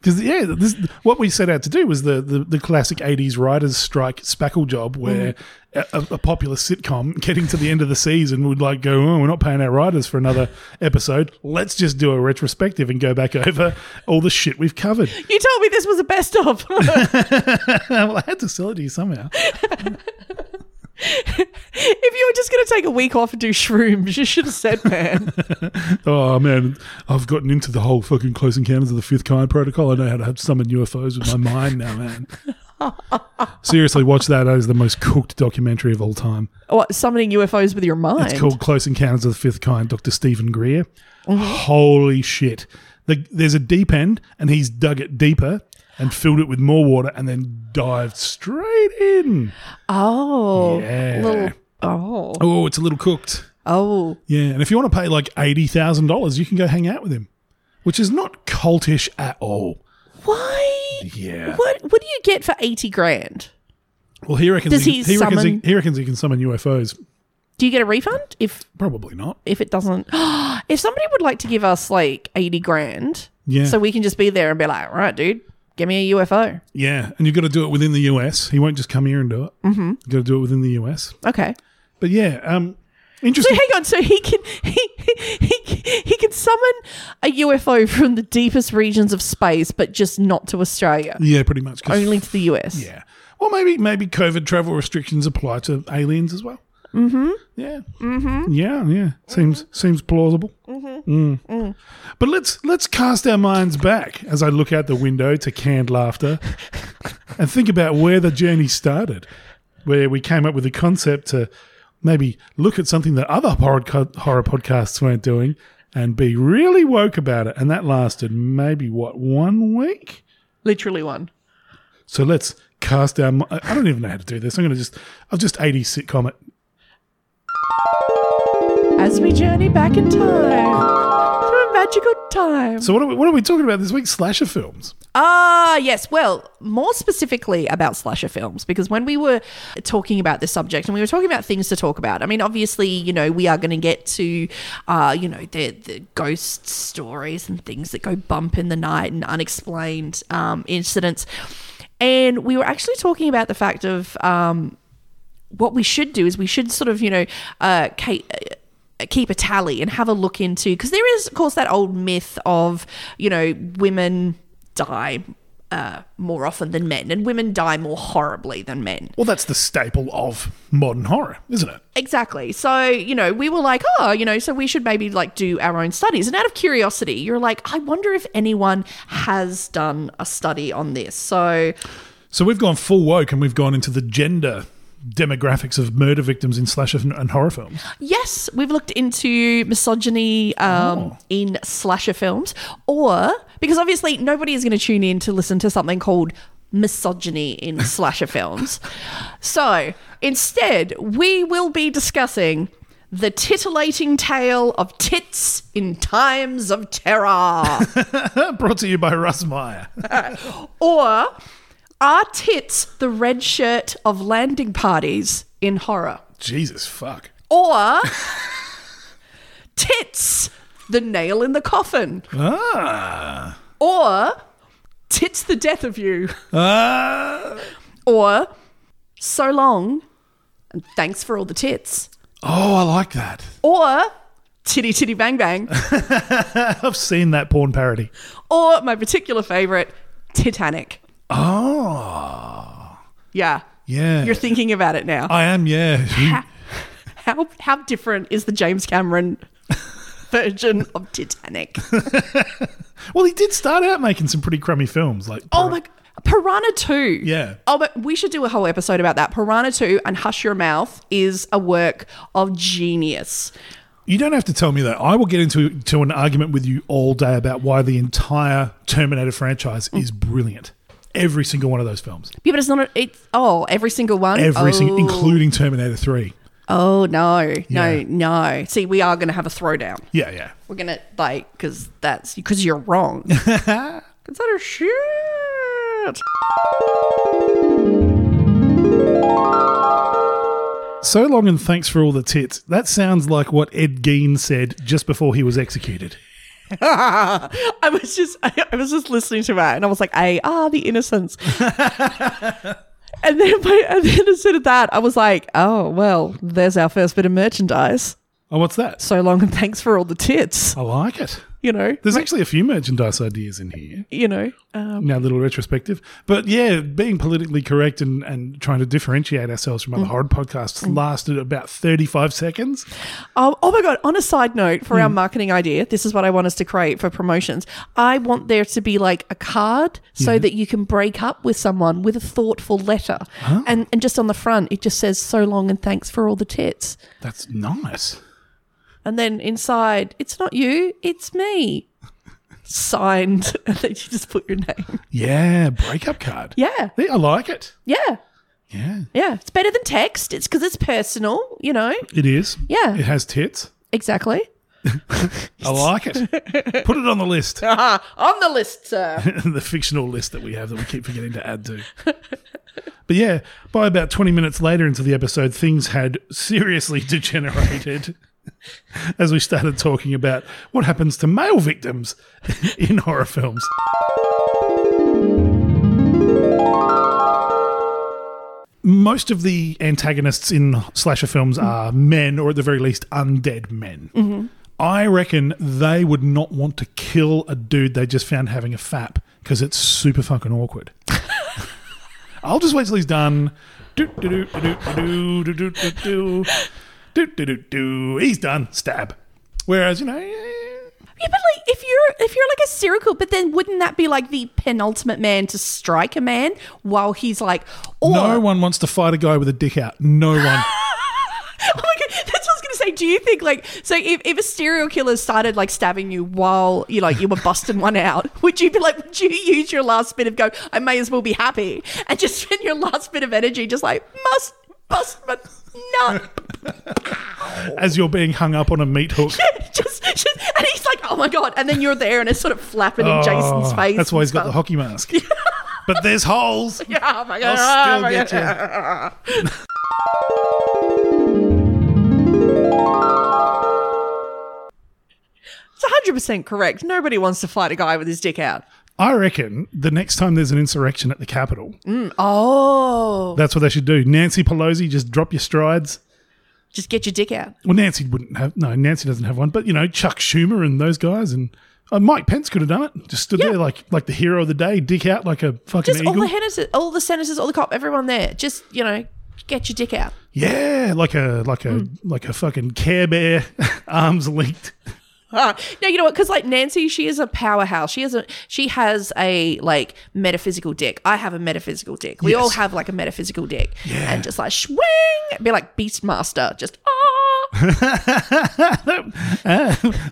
Speaker 2: Because yeah, this, what we set out to do was the, the, the classic '80s writers' strike spackle job, where a, a popular sitcom getting to the end of the season would like go, "Oh, we're not paying our writers for another episode. Let's just do a retrospective and go back over all the shit we've covered."
Speaker 3: You told me this was a best of.
Speaker 2: well, I had to sell it to you somehow.
Speaker 3: If you were just going to take a week off and do shrooms, you should have said, man.
Speaker 2: Oh man, I've gotten into the whole fucking close encounters of the fifth kind protocol. I know how to summon UFOs with my mind now, man. Seriously, watch that. That is the most cooked documentary of all time.
Speaker 3: what, summoning UFOs with your mind?
Speaker 2: It's called Close Encounters of the Fifth Kind, Dr. Stephen Greer. Holy shit. The, there's a deep end, and he's dug it deeper and filled it with more water and then dived straight in.
Speaker 3: Oh.
Speaker 2: Yeah.
Speaker 3: Little, oh.
Speaker 2: Oh, it's a little cooked.
Speaker 3: Oh.
Speaker 2: Yeah. And if you want to pay like $80,000, you can go hang out with him, which is not cultish at all.
Speaker 3: Why?
Speaker 2: Yeah.
Speaker 3: What, what do you get for 80 grand?
Speaker 2: Well, he reckons,
Speaker 3: Does
Speaker 2: he,
Speaker 3: he
Speaker 2: he reckons he,
Speaker 3: summon-
Speaker 2: he reckons he can summon UFOs.
Speaker 3: Do you get a refund if
Speaker 2: Probably not.
Speaker 3: if it doesn't if somebody would like to give us like 80 grand
Speaker 2: Yeah.
Speaker 3: so we can just be there and be like all right dude give me a ufo
Speaker 2: Yeah. And you've got to do it within the US. He won't just come here and do it. Mm-hmm. You've got to do it within the US.
Speaker 3: okay
Speaker 2: But yeah, um,
Speaker 3: so
Speaker 2: interesting.
Speaker 3: hang on so he can he, he, he can summon a ufo from the deepest regions of space but just not to australia
Speaker 2: Yeah, pretty much. 'cause-
Speaker 3: only to the us
Speaker 2: Yeah. Well, maybe maybe COVID travel restrictions apply to aliens as well. Mm-hmm. Yeah. Mm-hmm. Yeah. Yeah. Seems seems plausible. Mm-hmm. But let's let's cast our minds back as I look out the window to canned laughter, and think about where the journey started, where we came up with the concept to maybe look at something that other horror co- horror podcasts weren't doing. And be really woke about it. And that lasted maybe, what, one week?
Speaker 3: literally one
Speaker 2: So let's cast our. mi- I don't even know how to do this. I'm going to just. I'll just 80s sitcom it.
Speaker 3: as we journey back in time to a magical time
Speaker 2: So what are we, what are we talking about this week? Slasher films.
Speaker 3: Ah, yes. Well, more specifically about slasher films, because when we were talking about this subject and we were talking about things to talk about, I mean, obviously, you know, we are going to get to, uh, you know, the, the ghost stories and things that go bump in the night and unexplained um, incidents. And we were actually talking about the fact of um, what we should do is we should sort of, you know, uh, ca- uh, keep a tally and have a look into because there is, of course, that old myth of, you know, women die uh, more often than men and women die more horribly than men.
Speaker 2: Well, that's the staple of modern horror, isn't it?
Speaker 3: Exactly. So, you know, we were like, oh, you know, so we should maybe like do our own studies. And out of curiosity, you're like, I wonder if anyone has done a study on this. So,
Speaker 2: So we've gone full woke and we've gone into the gender demographics of murder victims in slasher and- and horror films.
Speaker 3: Yes, we've looked into misogyny um, in slasher films, or because obviously nobody is going to tune in to listen to something called misogyny in slasher films. So instead, we will be discussing the titillating tale of tits in times of terror,
Speaker 2: Brought to you by Russ Meyer.
Speaker 3: or are tits the red shirt of landing parties in horror?
Speaker 2: Jesus fuck.
Speaker 3: or tits the nail in the coffin
Speaker 2: Ah.
Speaker 3: or tits the death of you
Speaker 2: Ah.
Speaker 3: or so long and thanks for all the tits
Speaker 2: Oh, I like that.
Speaker 3: or titty titty bang bang
Speaker 2: I've seen that porn parody.
Speaker 3: or my particular favorite titanic
Speaker 2: Oh.
Speaker 3: yeah
Speaker 2: Yeah.
Speaker 3: you're thinking about it now
Speaker 2: I am, yeah.
Speaker 3: how how different is the james cameron version of titanic
Speaker 2: well, he did start out making some pretty crummy films like
Speaker 3: Oh my Piranha 2.
Speaker 2: Yeah.
Speaker 3: Oh, but we should do a whole episode about that. Piranha 2 and Hush Your Mouth is a work of genius.
Speaker 2: You don't have to tell me that. I will get into to an argument with you all day about why the entire Terminator franchise is brilliant. Every single one of those films,
Speaker 3: Yeah, but it's not, a, it's, oh, every single one?
Speaker 2: every
Speaker 3: oh.
Speaker 2: single, including Terminator Three.
Speaker 3: Oh, no,
Speaker 2: Yeah.
Speaker 3: no, no. See, we are going to have a throwdown.
Speaker 2: Yeah, yeah.
Speaker 3: We're going to, like, because that's, because you're wrong. Consider shit.
Speaker 2: So long and thanks for all the tits. That sounds like what Ed Gein said just before he was executed.
Speaker 3: I was just I, I was just listening to that and I was like, "Hey, ah, the innocence." and then my, and then instead of that, I was like, "Oh well, there's our first bit of merchandise.
Speaker 2: Oh, what's that?
Speaker 3: So long and thanks for all the tits."
Speaker 2: I like it.
Speaker 3: you know,
Speaker 2: There's actually a few merchandise ideas in here.
Speaker 3: you know. Um,
Speaker 2: Now, little retrospective, but yeah, being politically correct and, and trying to differentiate ourselves from other horror podcasts lasted about 35 seconds.
Speaker 3: um, oh my god! On a side note, for our marketing idea, this is what I want us to create for promotions. I want there to be like a card so that you can break up with someone with a thoughtful letter, and and just on the front it just says "so long and thanks for all the tits,"
Speaker 2: That's nice.
Speaker 3: and then inside it's not you, it's me. Signed, and then you just put your name.
Speaker 2: Yeah, breakup card.
Speaker 3: Yeah,
Speaker 2: I like it.
Speaker 3: yeah,
Speaker 2: Yeah,
Speaker 3: yeah. It's better than text. It's because it's personal, you know.
Speaker 2: it is.
Speaker 3: Yeah.
Speaker 2: It has tits.
Speaker 3: Exactly.
Speaker 2: I like it. Put it on the list,
Speaker 3: Ah, On the list, sir.
Speaker 2: the fictional list that we have that we keep forgetting to add to. But yeah, by about 20 minutes later into the episode, things had seriously degenerated as we started talking about what happens to male victims in horror films. Most of the antagonists in slasher films are men, or at the very least, undead men. I reckon they would not want to kill a dude they just found having a fap because it's super fucking awkward. I'll just wait till he's done. Do do do do do do do do do do do do do. He's done. Stab. Whereas you know, eh,
Speaker 3: yeah, but like if you're if you're like a serial killer, but then wouldn't that be like the penultimate man to strike a man while he's like, or,
Speaker 2: no one wants to fight a guy with a dick out. No one.
Speaker 3: oh my god, that's what I was gonna say. Do you think like so if, if a serial killer started like stabbing you while you like you were busting one out, would you be like, would you use your last bit of go? I may as well be happy and just spend your last bit of energy just like must bust my nut.
Speaker 2: As you're being hung up on a meat hook.
Speaker 3: just, just and he's like, oh my god, and then you're there and it's sort of flapping in Jason's
Speaker 2: Oh,
Speaker 3: face.
Speaker 2: That's why
Speaker 3: and
Speaker 2: he's got the
Speaker 3: stuff.
Speaker 2: hockey mask. But there's holes.
Speaker 3: Yeah, oh my god,
Speaker 2: I'll
Speaker 3: oh
Speaker 2: still
Speaker 3: my
Speaker 2: get
Speaker 3: god.
Speaker 2: you.
Speaker 3: It's hundred percent correct. Nobody wants to fight a guy with his dick out.
Speaker 2: I reckon the next time there's an insurrection at the Capitol,
Speaker 3: Oh,
Speaker 2: that's what they should do. Nancy Pelosi, just drop your strides.
Speaker 3: just get your dick out.
Speaker 2: Well, Nancy wouldn't have. No, Nancy doesn't have one. But you know, Chuck Schumer and those guys, and uh, Mike Pence could have done it. Just stood there like like the hero of the day, dick out like a fucking
Speaker 3: Just all
Speaker 2: eagle.
Speaker 3: the senators, all the senators, all the cop, everyone there. Just you know, get your dick out.
Speaker 2: yeah, like a like a
Speaker 3: Hmm.
Speaker 2: like a fucking Care Bear, arms linked.
Speaker 3: Ah, no, you know what? Because like Nancy, she is a powerhouse. She has a she has a like metaphysical dick. I have a metaphysical dick. We all
Speaker 2: Yes.
Speaker 3: have like a metaphysical dick,
Speaker 2: Yeah.
Speaker 3: and just like swing, be like Beastmaster. Just ah,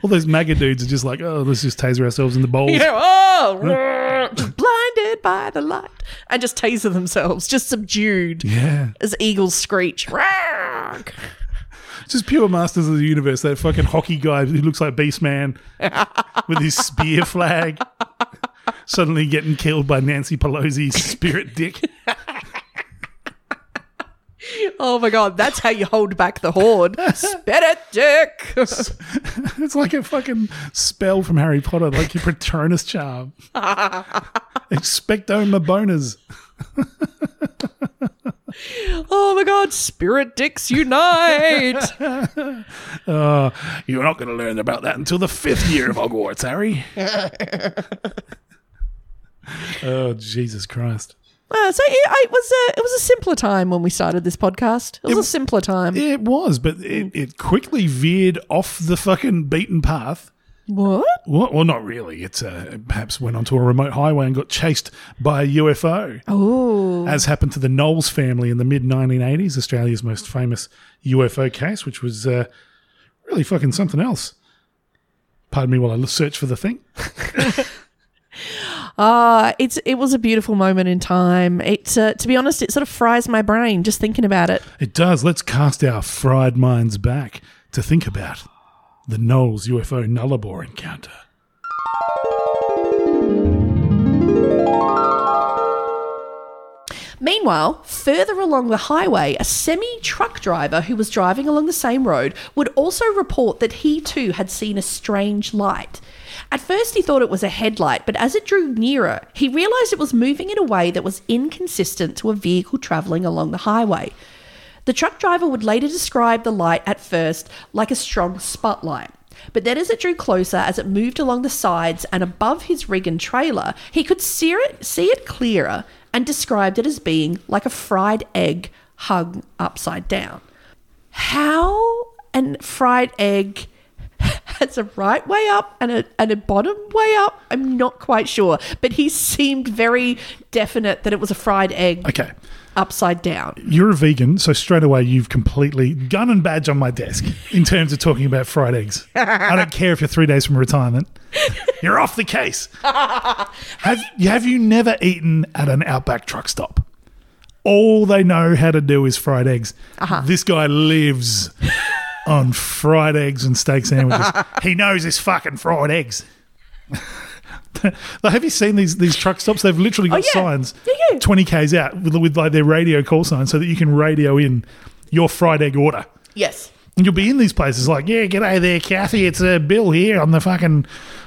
Speaker 2: All those MAGA dudes are just like, oh, let's just taser ourselves in the bowls.
Speaker 3: you know, oh, just blinded by the light, and just taser themselves, just subdued
Speaker 2: Yeah.
Speaker 3: as eagles screech. Rargh.
Speaker 2: Just pure masters of the universe. That fucking hockey guy who looks like Beast Man with his spear flag, suddenly getting killed by Nancy Pelosi's spirit dick.
Speaker 3: Oh my god, that's how you hold back the horde. Spit it, dick.
Speaker 2: It's like a fucking spell from Harry Potter, like your Patronus charm. Expecto Mabonas.
Speaker 3: Oh my god, spirit dicks unite.
Speaker 2: You're not going to learn about that until the fifth year of Hogwarts, Harry. oh, Jesus Christ.
Speaker 3: Uh, so it, I- it was a it was a simpler time when we started this podcast. It was a simpler time.
Speaker 2: It was, but it, it quickly veered off the fucking beaten path.
Speaker 3: what?
Speaker 2: Well, well not really. It's uh, perhaps went onto a remote highway and got chased by a UFO.
Speaker 3: Oh,
Speaker 2: as happened to the Knowles family in the mid 1980s, Australia's most famous UFO case, which was uh, really fucking something else. Pardon me while I l- search for the thing.
Speaker 3: uh, it's it was a beautiful moment in time. It uh, to be honest, it sort of fries my brain just thinking about it.
Speaker 2: It does. Let's cast our fried minds back to think about the Knowles UFO Nullarbor encounter.
Speaker 3: Meanwhile, further along the highway, a semi truck driver who was driving along the same road would also report that he too had seen a strange light. At first, he thought it was a headlight, but as it drew nearer, he realised it was moving in a way that was inconsistent to a vehicle travelling along the highway. The truck driver would later describe the light at first like a strong spotlight. But then as it drew closer, as it moved along the sides and above his rig and trailer, he could see it, see it clearer and described it as being like a fried egg hung upside down. How an fried egg has a right way up and a, and a bottom way up, I'm not quite sure. But he seemed very definite that it was a fried egg
Speaker 2: Okay.
Speaker 3: upside down.
Speaker 2: You're a vegan, so straight away you've completely gun and badge on my desk in terms of talking about fried eggs. I don't care if you're three days from retirement. You're off the case. Have, have you never eaten at an Outback truck stop? All they know how to do is fried eggs.
Speaker 3: Uh-huh.
Speaker 2: This guy lives on fried eggs and steak sandwiches. he knows his fucking fried eggs. Like, have you seen these these truck stops? They've literally got
Speaker 3: Oh, yeah.
Speaker 2: signs
Speaker 3: Yeah, yeah.
Speaker 2: twenty k's out with, with like their radio call sign, so that you can radio in your fried egg order.
Speaker 3: Yes.
Speaker 2: And you'll be in these places like, yeah, g'day there, Kathy. It's uh, Bill here on the fucking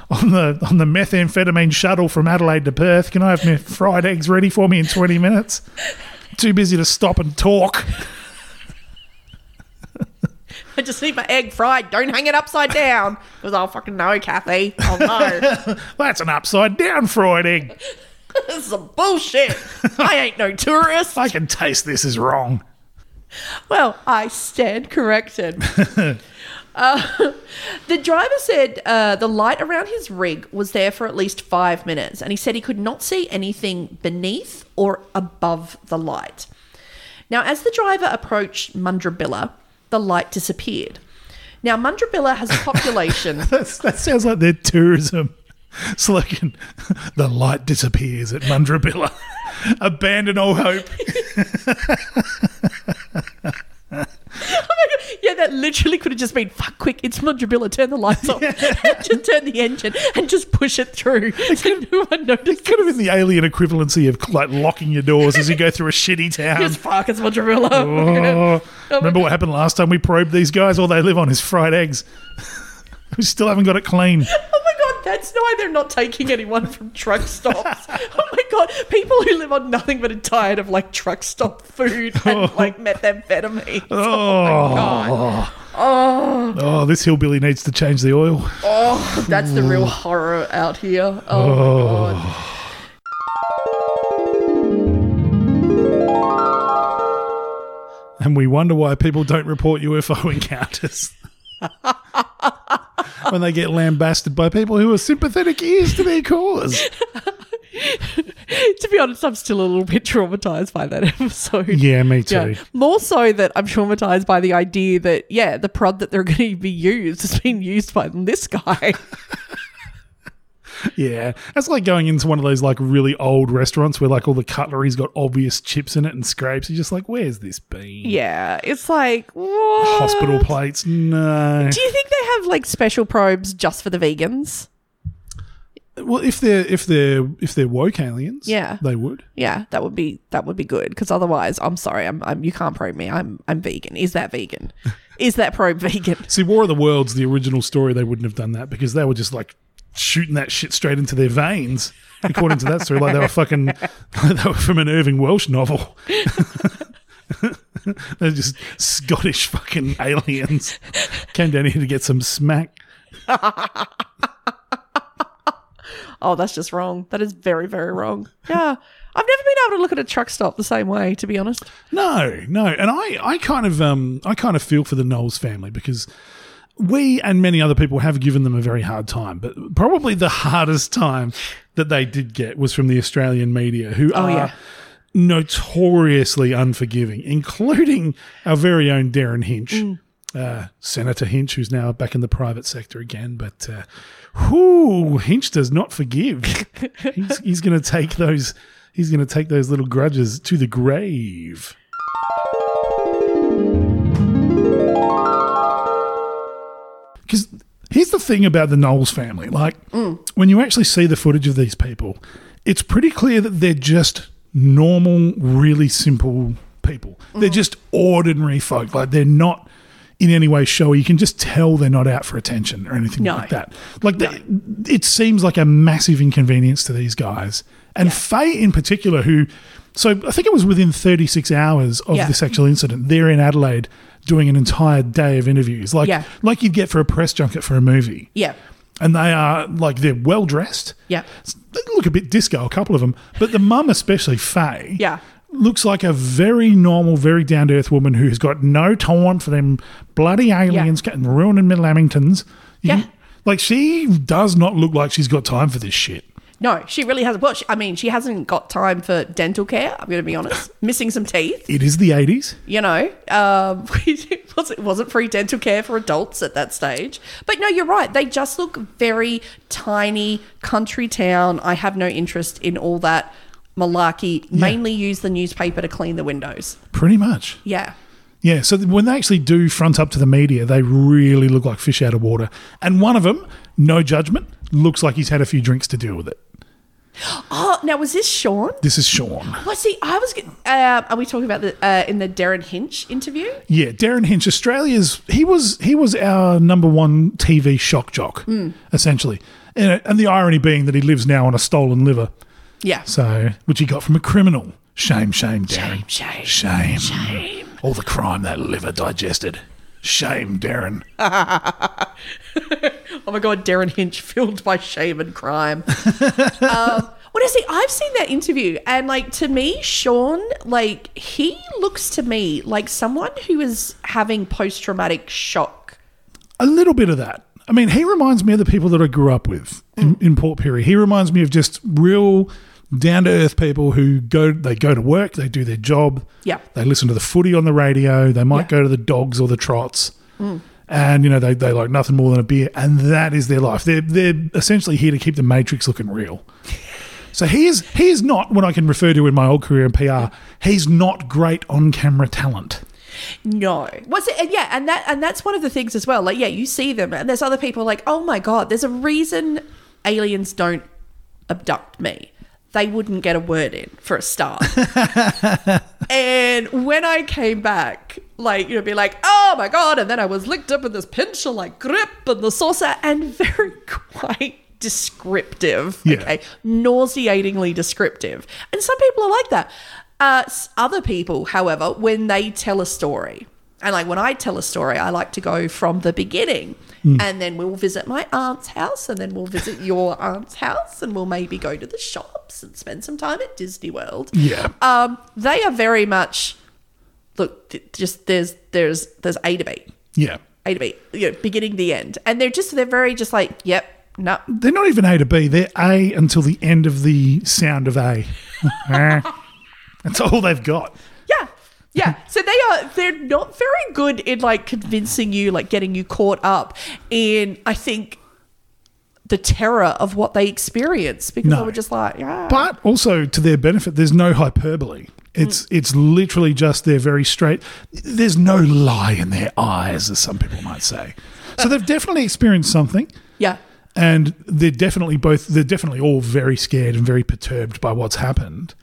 Speaker 2: on the on the methamphetamine shuttle from Adelaide to Perth. Can I have my fried eggs ready for me in twenty minutes? Too busy to stop and talk.
Speaker 3: I just need my egg fried. Don't hang it upside down. Because I'll fucking know, Kathy. I'll know.
Speaker 2: That's an upside down fried egg.
Speaker 3: this is some bullshit. I ain't no tourist.
Speaker 2: I can taste this is wrong.
Speaker 3: Well, I stand corrected. Uh, the driver said uh, the light around his rig was there for at least five minutes, and he said he could not see anything beneath or above the light. Now, as the driver approached Mundrabilla, the light disappeared. Now, Mundrabilla has a population.
Speaker 2: That's, that sounds like their tourism slogan. The light disappears at Mundrabilla. Abandon all hope.
Speaker 3: Yeah, that literally could have just been fuck quick. It's Mundrabilla. Turn the lights off. just turn the engine and just push it through. So no one notices.
Speaker 2: Could have been the alien equivalency of like locking your doors as you go through a shitty town.
Speaker 3: Just fuck. It's Mundrabilla.
Speaker 2: Oh, remember what happened last time we probed these guys? All they live on is fried eggs. We still haven't got it clean.
Speaker 3: Oh my god, that's why they're not taking anyone from truck stops. oh my god, people who live on nothing but are tired of like truck stop food and like methamphetamine.
Speaker 2: Oh, oh, this hillbilly needs to change the oil.
Speaker 3: That's the real horror out here. Oh, my god.
Speaker 2: And we wonder why people don't report UFO encounters. when they get lambasted by people who are sympathetic ears to their cause.
Speaker 3: To be honest, I'm still a little bit traumatized by that episode.
Speaker 2: Yeah, me too.
Speaker 3: Yeah. More so that I'm traumatized by the idea that, yeah, the prod that they're going to be used is being used by this guy.
Speaker 2: Yeah, that's like going into one of those like really old restaurants where like all the cutlery's got obvious chips in it and scrapes. You're just like, where's this been?
Speaker 3: yeah. It's like, what?
Speaker 2: Hospital plates? No.
Speaker 3: Do you think they have like special probes just for the vegans?
Speaker 2: well, if they're if they're if they're woke aliens,
Speaker 3: Yeah.
Speaker 2: they would.
Speaker 3: Yeah, that would be that would be good because otherwise, I'm sorry, I'm, I'm you can't probe me. I'm I'm vegan. Is that vegan? Is that probe vegan?
Speaker 2: See, War of the Worlds, the original story, they wouldn't have done that because they were just like shooting that shit straight into their veins. According to that story, like they were fucking, they were from an Irving Welsh novel. They're just Scottish fucking aliens came down here to get some smack.
Speaker 3: Oh, that's just wrong. That is very very wrong. Yeah, I've never been able to look at a truck stop the same way. To be honest,
Speaker 2: No, no, and I, I kind of, um, I kind of feel for the Knowles family because we and many other people have given them a very hard time, but probably the hardest time that they did get was from the Australian media, who are
Speaker 3: yeah.
Speaker 2: notoriously unforgiving, including our very own Darren Hinch. Uh, Senator Hinch, who's now back in the private sector again, but uh, whoo, Hinch does not forgive. he's he's going to take those, he's going to take those little grudges to the grave. Because here's the thing about the Knowles family. Like, when you actually see the footage of these people, it's pretty clear that they're just normal, really simple people. They're just ordinary folk. Like, they're not in any way showy. You can just tell they're not out for attention or anything
Speaker 3: No.
Speaker 2: like that. Like, they- it seems like a massive inconvenience to these guys. And Faye in particular, who, so I think it was within 36 hours of
Speaker 3: Yeah.
Speaker 2: this actual incident, they're in Adelaide doing an entire day of interviews, like
Speaker 3: Yeah.
Speaker 2: like you'd get for a press junket for a movie.
Speaker 3: Yeah.
Speaker 2: And they are like they're well dressed.
Speaker 3: Yeah.
Speaker 2: They look a bit disco, a couple of them, but the mum especially, Faye.
Speaker 3: Yeah.
Speaker 2: Looks like a very normal, very down to earth woman who's got no time for them bloody aliens getting ruining Middle Lamingtons. You
Speaker 3: Yeah.
Speaker 2: can- Like she does not look like she's got time for this shit.
Speaker 3: No, she really hasn't. Well, she, I mean, she hasn't got time for dental care. I'm going to be honest. Missing some teeth,
Speaker 2: It is the eighties.
Speaker 3: you know. Um, it wasn't, wasn't free dental care for adults at that stage. But no, you're right. They just look very tiny country town. I have no interest in all that malarkey. Mainly use the newspaper to clean the windows.
Speaker 2: Pretty much.
Speaker 3: Yeah.
Speaker 2: Yeah. So th- when they actually do front up to the media, they really look like fish out of water. And one of them, no judgment, looks like he's had a few drinks to deal with it.
Speaker 3: Oh, now was this Sean?
Speaker 2: This is Sean.
Speaker 3: Well, see, I was. g- Uh, are we talking about the uh, in the Darren Hinch interview?
Speaker 2: Yeah, Darren Hinch, Australia's he was he was our number one TV shock jock,
Speaker 3: Hmm.
Speaker 2: essentially. And, and the irony being that he lives now on a stolen liver,
Speaker 3: Yeah.
Speaker 2: so which he got from a criminal. Shame, shame,
Speaker 3: Shame,
Speaker 2: Darren.
Speaker 3: shame,
Speaker 2: shame, shame. All the crime that liver digested. Shame, Darren.
Speaker 3: Oh my god, Darren Hinch filled by shame and crime. um, well, I see, I've seen that interview, and like to me, Sean, like he looks to me like someone who is having post traumatic shock.
Speaker 2: a little bit of that. I mean, he reminds me of the people that I grew up with in,
Speaker 3: Mm.
Speaker 2: in Port Pirie. He reminds me of just real down to earth people who go they go to work, they do their job,
Speaker 3: Yeah.
Speaker 2: they listen to the footy on the radio, they might
Speaker 3: Yeah. Mm.
Speaker 2: go to the dogs or the trots. And you know they, they like nothing more than a beer, and that is their life. They're they're essentially here to keep the matrix looking real. So he is he is not what I can refer to in my old career in PR. He's not great on camera talent.
Speaker 3: No, what's it? And yeah, and that and that's one of the things as well. Like, yeah, you see them, and there's other people like, oh my god, there's a reason aliens don't abduct me. They wouldn't get a word in for a start. And when I came back, like, you'd be like, oh my God. And then I was licked up in this pincher like grip and the saucer and very quite descriptive.
Speaker 2: Yeah.
Speaker 3: Okay. Nauseatingly descriptive. And some people are like that. Uh, s- other people, however, when they tell a story, and like when I tell a story, I like to go from the beginning. And then we'll visit my aunt's house, and then we'll visit your aunt's house, and we'll maybe go to the shops and spend some time at Disney World
Speaker 2: Yeah.
Speaker 3: um, they are very much look th- just there's there's there's a to b
Speaker 2: Yeah.
Speaker 3: a to b you know beginning the end and they're just they're very just like yep no
Speaker 2: They're not even A to B. They're A until the end of the sound of A. That's all they've got.
Speaker 3: yeah yeah so they are they're not very good in like convincing you like getting you caught up in i think the terror of what they experience because
Speaker 2: No.
Speaker 3: they were just like yeah
Speaker 2: But also to their benefit, there's no hyperbole. It's it's literally just they're very straight. There's no lie in their eyes, as some people might say. So they've definitely experienced something,
Speaker 3: yeah
Speaker 2: and they're definitely both. They're definitely all very scared and very perturbed by what's happened.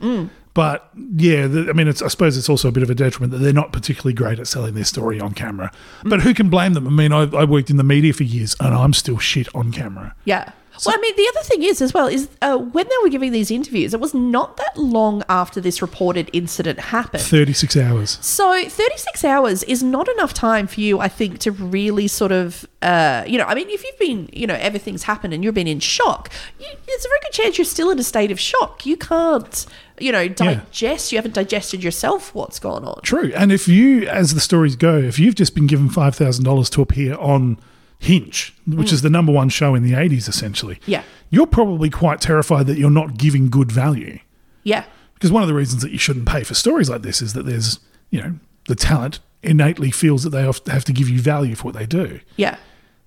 Speaker 2: But yeah, the, I mean, it's, I suppose it's also a bit of a detriment that they're not particularly great at selling their story on camera. But who can blame them? I mean, I, I worked in the media for years, and I'm still shit on camera.
Speaker 3: Yeah. well, I mean, the other thing is as well is uh, when they were giving these interviews, it was not that long after this reported incident happened.
Speaker 2: Thirty six hours.
Speaker 3: So 36 hours is not enough time for you, I think, to really sort of, uh, you know, I mean, if you've been, you know, everything's happened and you've been in shock, you, there's a very good chance you're still in a state of shock. You can't, you know, digest. You haven't digested yourself what's gone on.
Speaker 2: True. And if you, as the stories go, if you've just been given five thousand dollars to appear on Hinge, which is the number one show in the '80s, essentially,
Speaker 3: Yeah.
Speaker 2: you're probably quite terrified that you're not giving good value.
Speaker 3: Yeah.
Speaker 2: because one of the reasons that you shouldn't pay for stories like this is that there's you know the talent innately feels that they have have to give you value for what they do.
Speaker 3: Yeah.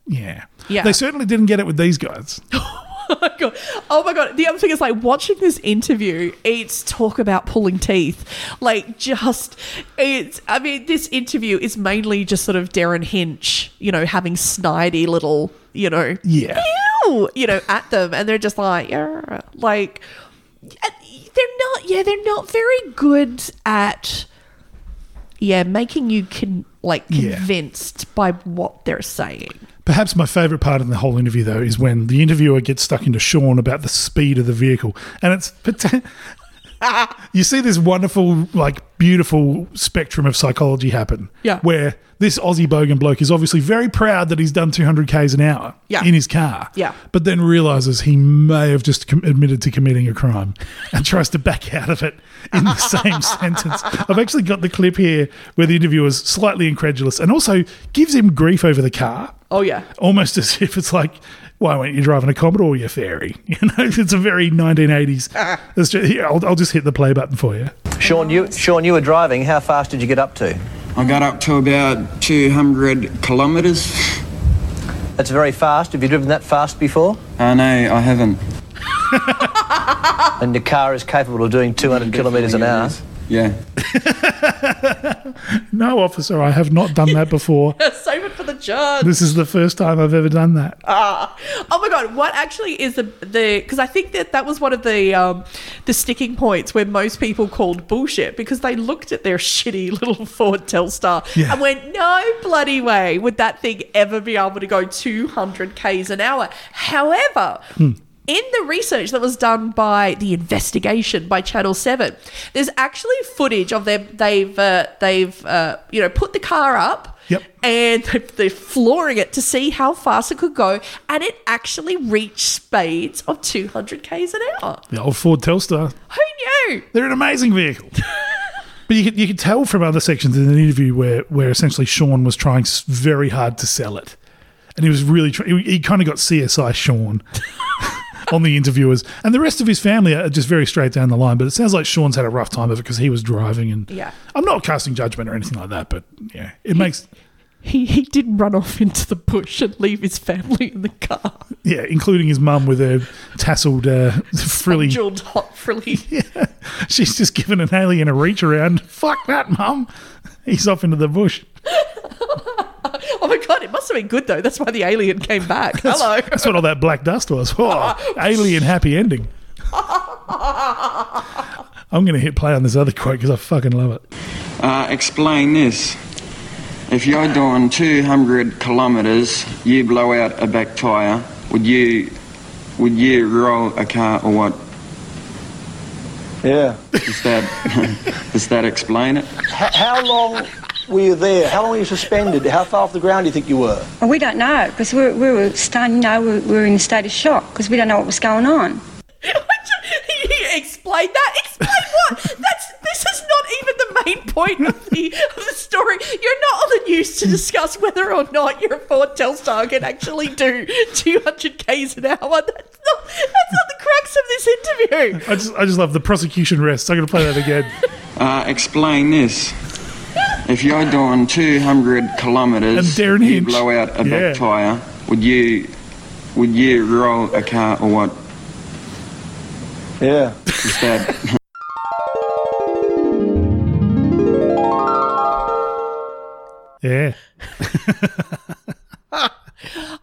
Speaker 2: Yeah,
Speaker 3: Yeah.
Speaker 2: They certainly didn't get it with these guys.
Speaker 3: Oh my god. Oh my god. The other thing is like watching this interview, it's talk about pulling teeth. Like just it's I mean, this interview is mainly just sort of Darren Hinch, you know, having snidey little, you know,
Speaker 2: Yeah.
Speaker 3: "Ew," you know, at them and they're just like, yeah, like and they're not yeah, they're not very good at yeah, making you con- like
Speaker 2: Yeah.
Speaker 3: convinced by what they're saying.
Speaker 2: Perhaps my favorite part in the whole interview, though, is when the interviewer gets stuck into Sean about the speed of the vehicle, and it's pota- you see this wonderful, like, beautiful spectrum of psychology happen.
Speaker 3: Yeah.
Speaker 2: where this Aussie bogan bloke is obviously very proud that he's done 200 k's an hour
Speaker 3: Yeah.
Speaker 2: in his car.
Speaker 3: Yeah.
Speaker 2: but then realizes he may have just com- admitted to committing a crime, and tries to back out of it in the same sentence. I've actually got the clip here where the interviewer's slightly incredulous and also gives him grief over the car
Speaker 3: Oh, yeah.
Speaker 2: almost as if it's like, why weren't you driving a Commodore, you fairy? You know, it's a very 1980s. It's ju- here, I'll, I'll just hit the play button for you.
Speaker 4: Sean, you Sean, you were driving. How fast did you get up to?
Speaker 5: I got up to about 200 kilometres.
Speaker 4: That's very fast. Have you driven that fast before?
Speaker 5: I know Uh, I haven't.
Speaker 4: And your car is capable of doing 200 kilometres an hour.
Speaker 5: Yeah.
Speaker 2: No, officer, I have not done that before.
Speaker 3: Save it for the judge.
Speaker 2: this is the first time I've ever done that.
Speaker 3: Oh my god, what actually is the the because I think that that was one of the um, the sticking points where most people called bullshit because they looked at their shitty little Ford Telstar
Speaker 2: Yeah.
Speaker 3: and went, "No bloody way would that thing ever be able to go 200 k's an hour." However, In the research that was done by the investigation by Channel Seven, there's actually footage of them. They've uh, they've uh, you know put the car up,
Speaker 2: Yep.
Speaker 3: and they- they're flooring it to see how fast it could go, and it actually reached spades of 200 k's an hour.
Speaker 2: The old Ford Telstar.
Speaker 3: Who knew?
Speaker 2: They're an amazing vehicle. But you could, you could tell from other sections in the interview where, where essentially Sean was trying s- very hard to sell it. And he was really, tr- he, he kind of got CSI Sean on the interviewers. And the rest of his family are just very straight down the line. But it sounds like Sean's had a rough time of it because he was driving. And
Speaker 3: Yeah.
Speaker 2: I'm not casting judgment or anything like that. But yeah, it makes,
Speaker 3: He he did run off into the bush and leave his family in the car,
Speaker 2: yeah, including his mum with her tasseled, uh, frilly.
Speaker 3: jeweled hot frilly.
Speaker 2: She's just given an alien a reach around. Fuck that, mum. He's off into the bush.
Speaker 3: Oh my god, it must have been good though. That's why the alien came back. Hello.
Speaker 2: That's what all that black dust was. Oh, alien happy ending. I'm going to hit play on this other quote because I fucking love it.
Speaker 5: Uh, explain this. If you're doing 200 kilometres, you blow out a back tyre, would you would you roll a car or what?
Speaker 4: Yeah.
Speaker 5: Does that, does that explain it?
Speaker 4: H- how long were you there? How long were you suspended? How far off the ground do you think you were?
Speaker 6: We don't know because we, we were stunned. You know, we, we were in a state of shock because we don't know what was going on.
Speaker 3: he explained that. Explain what? That's this is not even the main point of the of the story. You're not on the news to discuss whether or not your Ford Telstar can actually do 200 k's an hour. That's not that's not the crux of this interview.
Speaker 2: I just, I just love the prosecution rests. I'm going to play that again.
Speaker 5: Uh, explain this. If you're doing 200 kilometres,
Speaker 2: And Darren
Speaker 5: you
Speaker 2: Hinch.
Speaker 5: blow out a
Speaker 2: Yeah.
Speaker 5: back tyre, would you would you roll a car or what?
Speaker 4: Yeah.
Speaker 5: Is that
Speaker 2: Yeah.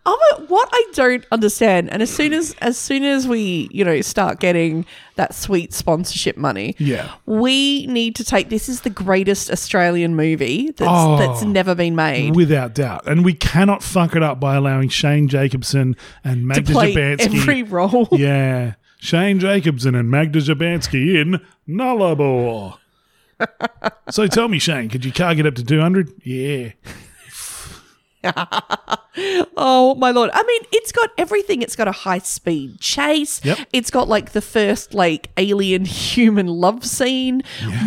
Speaker 3: I'm a, what I don't understand, and as soon as as soon as we you know start getting that sweet sponsorship money,
Speaker 2: Yeah.
Speaker 3: we need to take this is the greatest Australian movie that's,
Speaker 2: Oh.
Speaker 3: that's never been made.
Speaker 2: Without doubt. And we cannot fuck it up by allowing Shane Jacobson and
Speaker 3: to
Speaker 2: Magda
Speaker 3: play
Speaker 2: Jabansky.
Speaker 3: every role.
Speaker 2: yeah. Shane Jacobson and Magda Jabansky in Nullarbor. so tell me, Shane, could your car get up to 200? Yeah.
Speaker 3: Oh my lord! I mean, it's got everything. It's got a high speed chase.
Speaker 2: Yep.
Speaker 3: It's got like the first like alien human love scene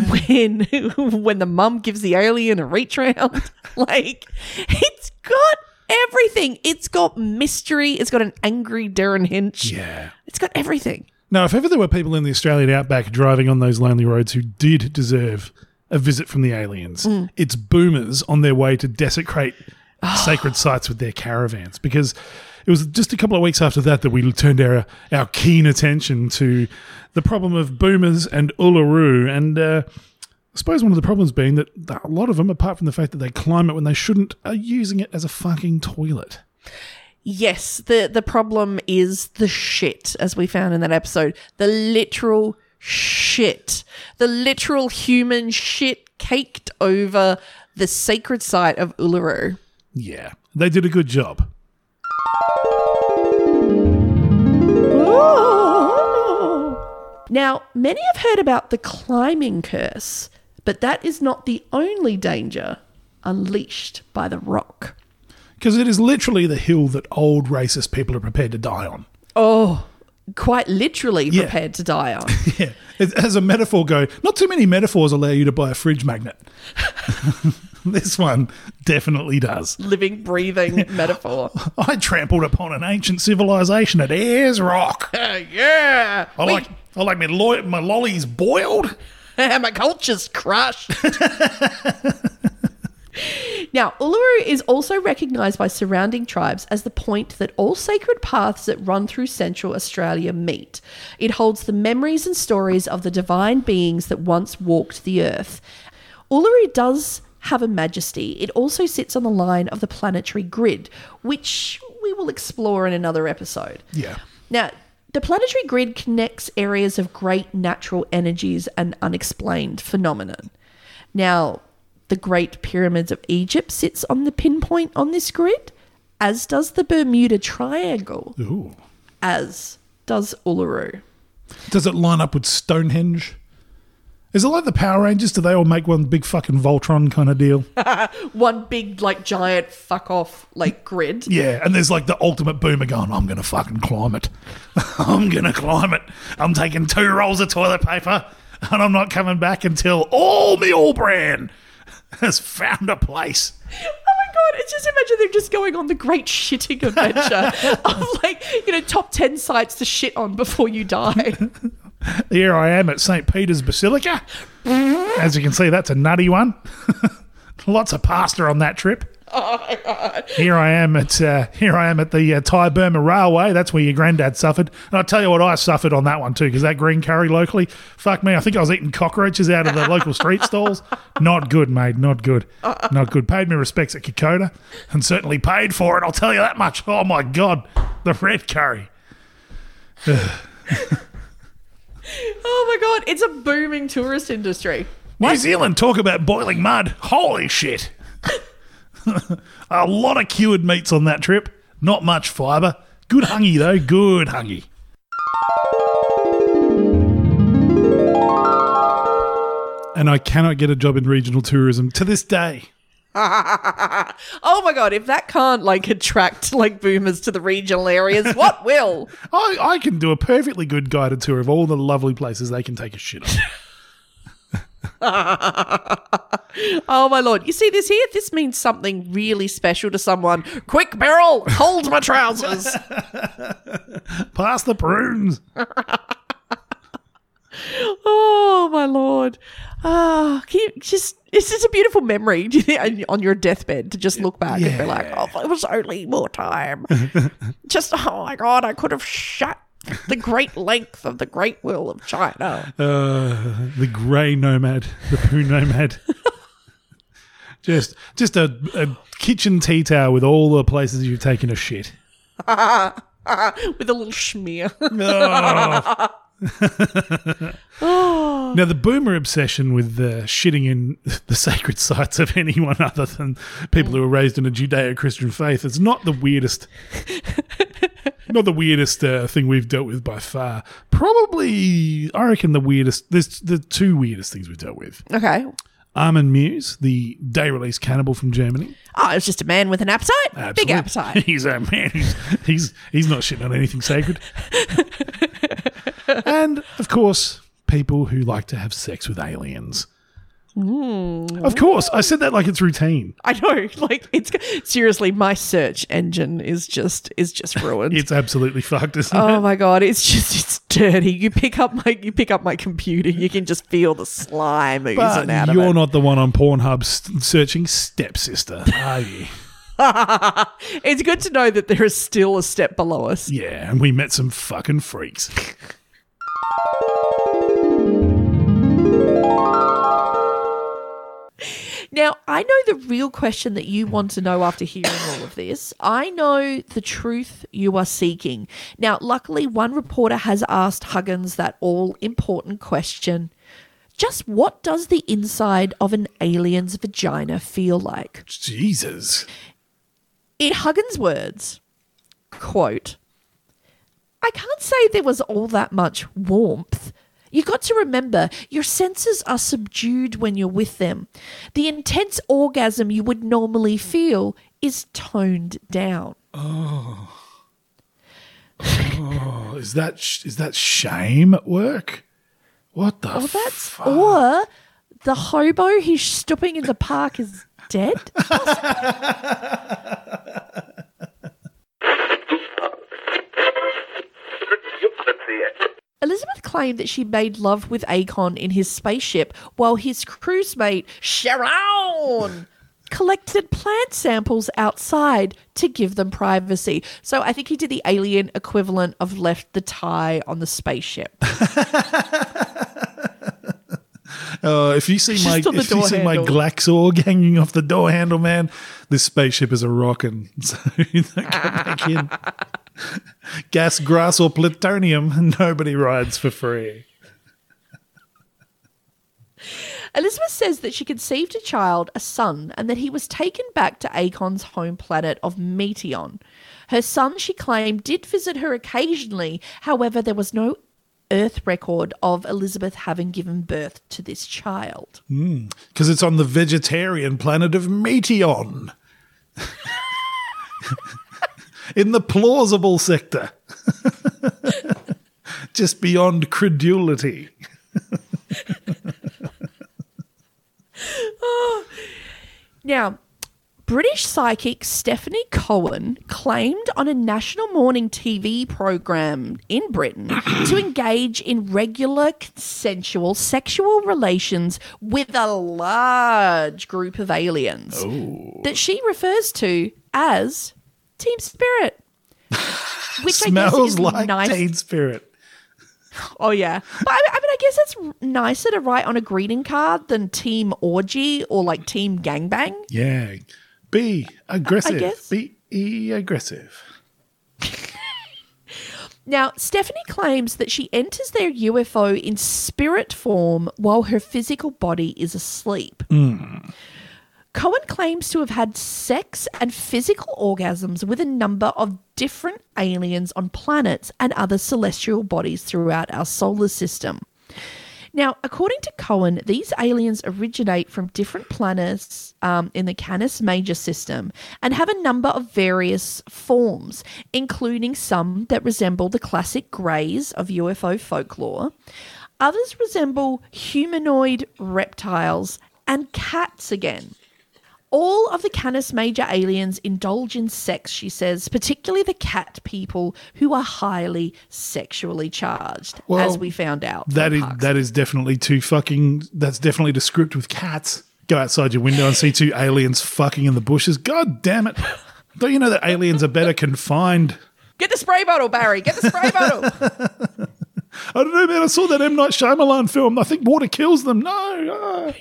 Speaker 3: when when the mum gives the alien a reach round. like, it's got everything. It's got mystery. It's got an angry Darren Hinch.
Speaker 2: Yeah.
Speaker 3: It's got everything.
Speaker 2: Now, if ever there were people in the Australian outback driving on those lonely roads who did deserve a visit from the aliens, it's boomers on their way to desecrate sacred sites with their caravans. Because it was just a couple of weeks after that that we turned our, our keen attention to the problem of boomers and Uluru. And uh, I suppose one of the problems being that a lot of them, apart from the fact that they climb it when they shouldn't, are using it as a fucking toilet.
Speaker 3: Yes, the the problem is the shit, as we found in that episode. The literal shit. The literal human shit caked over the sacred site of Uluru.
Speaker 2: Yeah. They did a good job.
Speaker 3: Now, many have heard about the climbing curse, but that is not the only danger unleashed by the rock.
Speaker 2: Because it is literally the hill that old racist people are prepared to die on.
Speaker 3: Oh, quite literally
Speaker 2: Yeah.
Speaker 3: prepared to die on.
Speaker 2: Yeah. It- As a metaphor go, not too many metaphors allow you to buy a fridge magnet. this one definitely does.
Speaker 3: Living, breathing metaphor.
Speaker 2: I trampled upon an ancient civilization at Ayers Rock.
Speaker 3: Uh, yeah.
Speaker 2: I like I like my, lo- my lollies boiled.
Speaker 3: My culture's crushed. now, Uluru is also recognised by surrounding tribes as the point that all sacred paths that run through central Australia meet. It holds the memories and stories of the divine beings that once walked the earth. Uluru does have a majesty. It also sits on the line of the planetary grid, which we will explore in another episode.
Speaker 2: Yeah.
Speaker 3: Now, the planetary grid connects areas of great natural energies and unexplained phenomenon. Now, the Great Pyramids of Egypt sits on the pinpoint on this grid, as does the Bermuda Triangle,
Speaker 2: Ooh.
Speaker 3: as does Uluru.
Speaker 2: Does it line up with Stonehenge? Is it like the Power Rangers? Do they all make one big fucking Voltron kind of deal?
Speaker 3: One big, like, giant fuck off, like, grid.
Speaker 2: Yeah, and there's like the ultimate boomer going, I'm going to fucking climb it. I'm going to climb it. I'm taking two rolls of toilet paper and I'm not coming back until all me all brand has found a place.
Speaker 3: Oh my god! It's just imagine them just going on the great shitting adventure of like you know top ten sites to shit on before you die.
Speaker 2: Here I am at St. Peter's Basilica. As you can see, that's a nutty one. Lots of pasta on that trip.
Speaker 3: Oh my god!
Speaker 2: Here I am at uh, here I am at the uh, Thai Burma Railway. That's where your granddad suffered, and I tell you what, I suffered on that one too because that green curry locally, fuck me, I think I was eating cockroaches out of the local street stalls. Not good, mate. Not good. Not good. Paid me respects at Kokoda, and certainly paid for it. I'll tell you that much. Oh my god, the red curry.
Speaker 3: Oh my god! It's a booming tourist industry.
Speaker 2: New Zealand talk about boiling mud. Holy shit. a lot of cured meats on that trip. Not much fibre. Good hungy though. Good hungy. And I cannot get a job in regional tourism to this day.
Speaker 3: Oh my god! If that can't like attract like boomers to the regional areas, what will?
Speaker 2: I, I can do a perfectly good guided tour of all the lovely places they can take a shit on.
Speaker 3: Oh my lord! You see this here? This means something really special to someone. Quick barrel, hold my trousers.
Speaker 2: Past the prunes.
Speaker 3: Oh my lord! Ah, can you just. It's just a beautiful memory do you think, on your deathbed to just look back and be like, "Oh, if it was only more time." just oh my god, I could have shut the great length of the Great Wall of China.
Speaker 2: Uh, the grey nomad, the poo nomad. just just a, a kitchen tea towel with all the places you've taken a shit.
Speaker 3: Ah, with a little smear.
Speaker 2: Now the boomer obsession with uh, shitting in the sacred sites of anyone other than people who are raised in a Judeo-Christian faith is not the weirdest, not the weirdest uh, thing we've dealt with by far. Probably, I reckon the weirdest. There's the two weirdest things we've dealt with:
Speaker 3: okay.
Speaker 2: Armin Muse, the day-release cannibal from Germany.
Speaker 3: Oh, it's just a man with an appetite.
Speaker 2: Absolutely.
Speaker 3: Big appetite.
Speaker 2: he's a man. He's, he's he's not shitting on anything sacred. and of course, people who like to have sex with aliens. Of course, I said that like it's routine.
Speaker 3: I know. Like it's seriously, my search engine is just is just ruined.
Speaker 2: It's absolutely fucked, isn't it?
Speaker 3: Oh my god, it's just it's dirty. You pick up my you pick up my computer, you can just feel the slime oozing
Speaker 2: But
Speaker 3: out of
Speaker 2: you're
Speaker 3: it.
Speaker 2: not the one on Pornhub s searching stepsister, are you?
Speaker 3: it's good to know that there is still a step below us.
Speaker 2: yeah, and we met some fucking freaks.
Speaker 3: Now, I know the real question that you want to know after hearing all of this. I know the truth you are seeking. Now, luckily one reporter has asked Huggins that all important question. Just what does the inside of an alien's vagina feel like?
Speaker 2: Jesus.
Speaker 3: In Huggins' words, quote, I can't say there was all that much warmth. You got to remember, your senses are subdued when you're with them. The intense orgasm you would normally feel is toned down.
Speaker 2: Oh. oh is that sh- is that shame at work? What the
Speaker 3: Or Oh, that's or the hobo who's stooping in the park is dead. Elizabeth claimed that she made love with Akon in his spaceship while his cruise mate, Sharon, collected plant samples outside to give them privacy. So I think he did the alien equivalent of left the tie on the spaceship.
Speaker 2: Uh, if you see my
Speaker 3: Just on the
Speaker 2: if you
Speaker 3: door
Speaker 2: see my
Speaker 3: handle.
Speaker 2: Glaxorg hanging off the door handle, man, this spaceship is a rockin'. So don't go back in. Gas, grass, or plutonium, nobody rides for free.
Speaker 3: Elizabeth says that she conceived a child, a son, and that he was taken back to Akon's home planet of Meteon. Her son, she claimed, did visit her occasionally. However, there was no Earth record of Elizabeth having given birth to this child.
Speaker 2: Because it's on the vegetarian planet of Meteon. In the plausible sector. Just beyond credulity.
Speaker 3: Now, British psychic Stephanie Cohen claimed on a national morning TV program in Britain to engage in regular consensual sexual relations with a large group of aliens that she refers to as Team Spirit. Which
Speaker 2: Smells like teen spirit.
Speaker 3: Oh yeah, but I, I mean, I guess that's nicer to write on a greeting card than Team Orgy or like Team Gangbang.
Speaker 2: Yeah. Be aggressive.
Speaker 3: guess.
Speaker 2: Be aggressive.
Speaker 3: Now, Stephanie claims that she enters their UFO in spirit form while her physical body is asleep. Cohen claims to have had sex and physical orgasms with a number of different aliens on planets and other celestial bodies throughout our solar system. Now, according to Cohen, these aliens originate from different planets um, in the Canis Major system and have a number of various forms, including some that resemble the classic greys of UFO folklore. Others resemble humanoid reptiles and cats again. All of the Canis Major aliens indulge in sex, she says, particularly the cat people who are highly sexually charged, as
Speaker 2: Well,
Speaker 3: we found out. from
Speaker 2: That is
Speaker 3: Parks
Speaker 2: that is definitely too fucking that's definitely to script with cats. Go outside your window and see two aliens fucking in the bushes. God damn it. Don't you know that aliens are better confined?
Speaker 3: Get the spray bottle, Barry. Get the spray bottle.
Speaker 2: I don't know, man. I saw that M. Night Shyamalan film. I think water kills them. No. ah.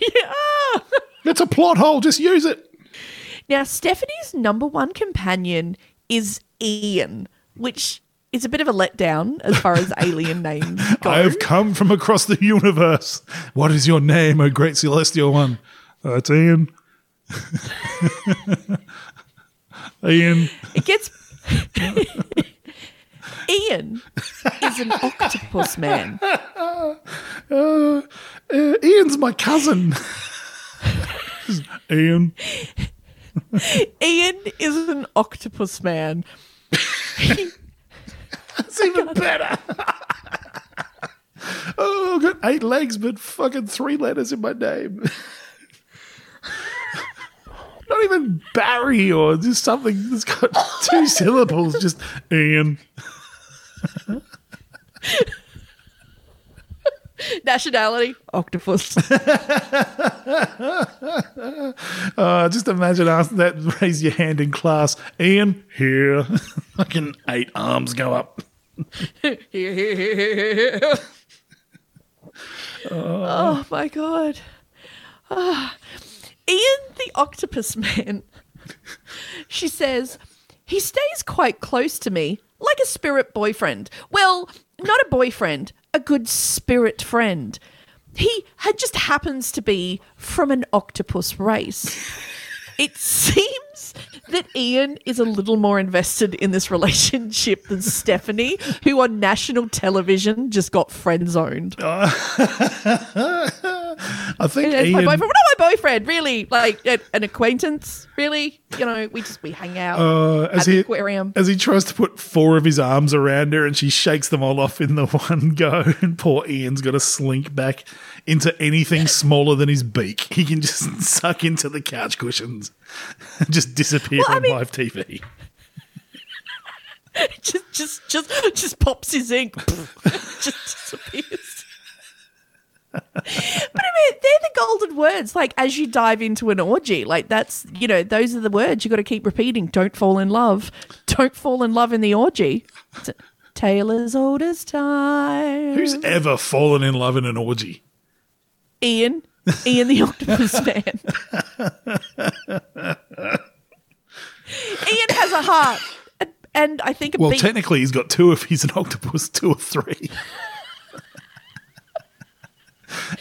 Speaker 2: It's a plot hole. Just use it.
Speaker 3: now, Stephanie's number one companion is Ian, which is a bit of a letdown as far as alien names go.
Speaker 2: I have come from across the universe. What is your name, O great celestial one? Uh, it's Ian. Ian.
Speaker 3: It gets. Ian is an octopus man.
Speaker 2: Uh, uh, Ian's my cousin. Ian.
Speaker 3: Ian is an octopus man.
Speaker 2: That's even better. oh, I've got eight legs, but fucking three letters in my name. Not even Barry or just something that's got two syllables, just Ian.
Speaker 3: Nationality, octopus.
Speaker 2: Uh, just imagine asking that. Raise your hand in class, Ian. Here, fucking eight arms go up.
Speaker 3: Oh my god. Ah. Ian the octopus man. she says, he stays quite close to me, like a spirit boyfriend. Well, not a boyfriend, a good spirit friend. He had just happens to be from an octopus race. It seems that that Ian is a little more invested in this relationship than Stephanie, who on national television just got friend zoned.
Speaker 2: I think
Speaker 3: That's my
Speaker 2: Ian.
Speaker 3: boyfriend. We're not my boyfriend, really. Like a- an acquaintance, really. You know, we just we hang out
Speaker 2: Uh,
Speaker 3: at
Speaker 2: as
Speaker 3: the
Speaker 2: he
Speaker 3: aquarium.
Speaker 2: as he tries to put four of his arms around her, and she shakes them all off in the one go, and poor Ian's got to slink back into anything smaller than his beak. He can just suck into the couch cushions, and just disappear
Speaker 3: Well, I
Speaker 2: on
Speaker 3: mean-
Speaker 2: live TV.
Speaker 3: just just just just pops his ink, just disappears. but I mean, they're the golden words. Like as you dive into an orgy, like that's you know those are the words you got to keep repeating. Don't fall in love. Don't fall in love in the orgy. T- Tale as old as time.
Speaker 2: Who's ever fallen in love in an orgy?
Speaker 3: Ian? Ian the Octopus Man. Ian has a heart, and, and I think a
Speaker 2: Well,
Speaker 3: beat.
Speaker 2: technically, he's got two if he's an octopus, two or three.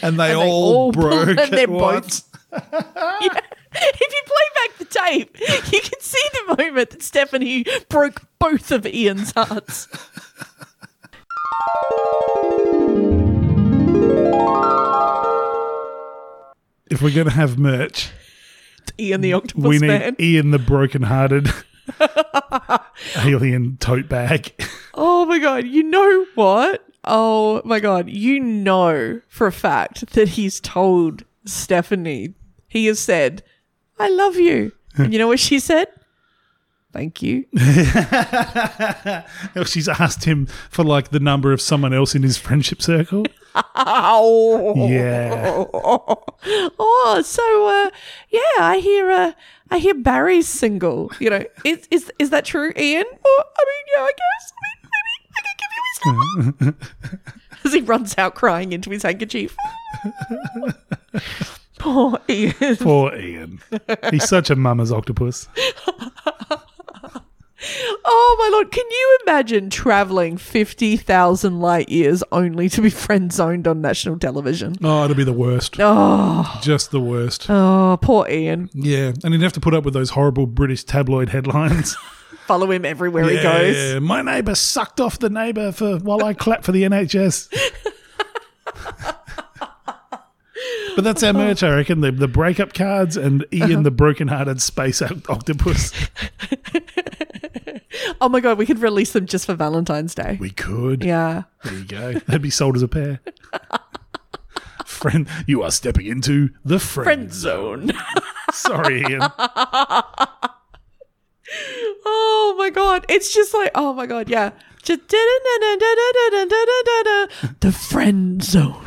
Speaker 2: and they,
Speaker 3: And they
Speaker 2: all,
Speaker 3: all pull-
Speaker 2: broke
Speaker 3: and
Speaker 2: at
Speaker 3: they're both-
Speaker 2: once.
Speaker 3: Yeah. If you play back the tape, you can see the moment that Stephanie broke both of Ian's hearts.
Speaker 2: If we're going to have merch,
Speaker 3: Ian the Octopus
Speaker 2: we need E-
Speaker 3: Man.
Speaker 2: Ian the broken-hearted alien tote bag.
Speaker 3: Oh my god, you know what? Oh my god, you know for a fact that he's told Stephanie, he has said, I love you. And you know what she said? Thank you.
Speaker 2: She's asked him for like the number of someone else in his friendship circle.
Speaker 3: Ow.
Speaker 2: Yeah.
Speaker 3: Oh, so uh, yeah, I hear uh, I hear Barry's single. You know, is is is that true, Ian? Or, I mean, yeah, I guess. I mean, maybe I can give you his number. As he runs out crying into his handkerchief. Poor Ian.
Speaker 2: Poor Ian. He's such a mama's octopus.
Speaker 3: Oh my lord! Can you imagine traveling fifty thousand light years only to be friend zoned on national television?
Speaker 2: Oh, it'll be the worst.
Speaker 3: Oh,
Speaker 2: Just the worst.
Speaker 3: oh, poor Ian.
Speaker 2: Yeah, and he'd have to put up with those horrible British tabloid headlines.
Speaker 3: Follow him everywhere he
Speaker 2: Yeah,
Speaker 3: goes.
Speaker 2: yeah, my neighbour sucked off the neighbour for while I clapped for the NHS. but that's our merch, I reckon. The, the breakup cards and Ian
Speaker 3: Uh-huh.
Speaker 2: the broken-hearted space oct- octopus.
Speaker 3: Oh my god, we could release them just for Valentine's Day.
Speaker 2: We could.
Speaker 3: yeah.
Speaker 2: There you go. They'd be sold as a pair. Friend, you are stepping into the friend,
Speaker 3: Friend
Speaker 2: zone.
Speaker 3: zone.
Speaker 2: Sorry, Ian.
Speaker 3: oh my god. It's just like, oh my god, yeah. Just da-da-da-da-da-da-da-da-da-da. The friend zone.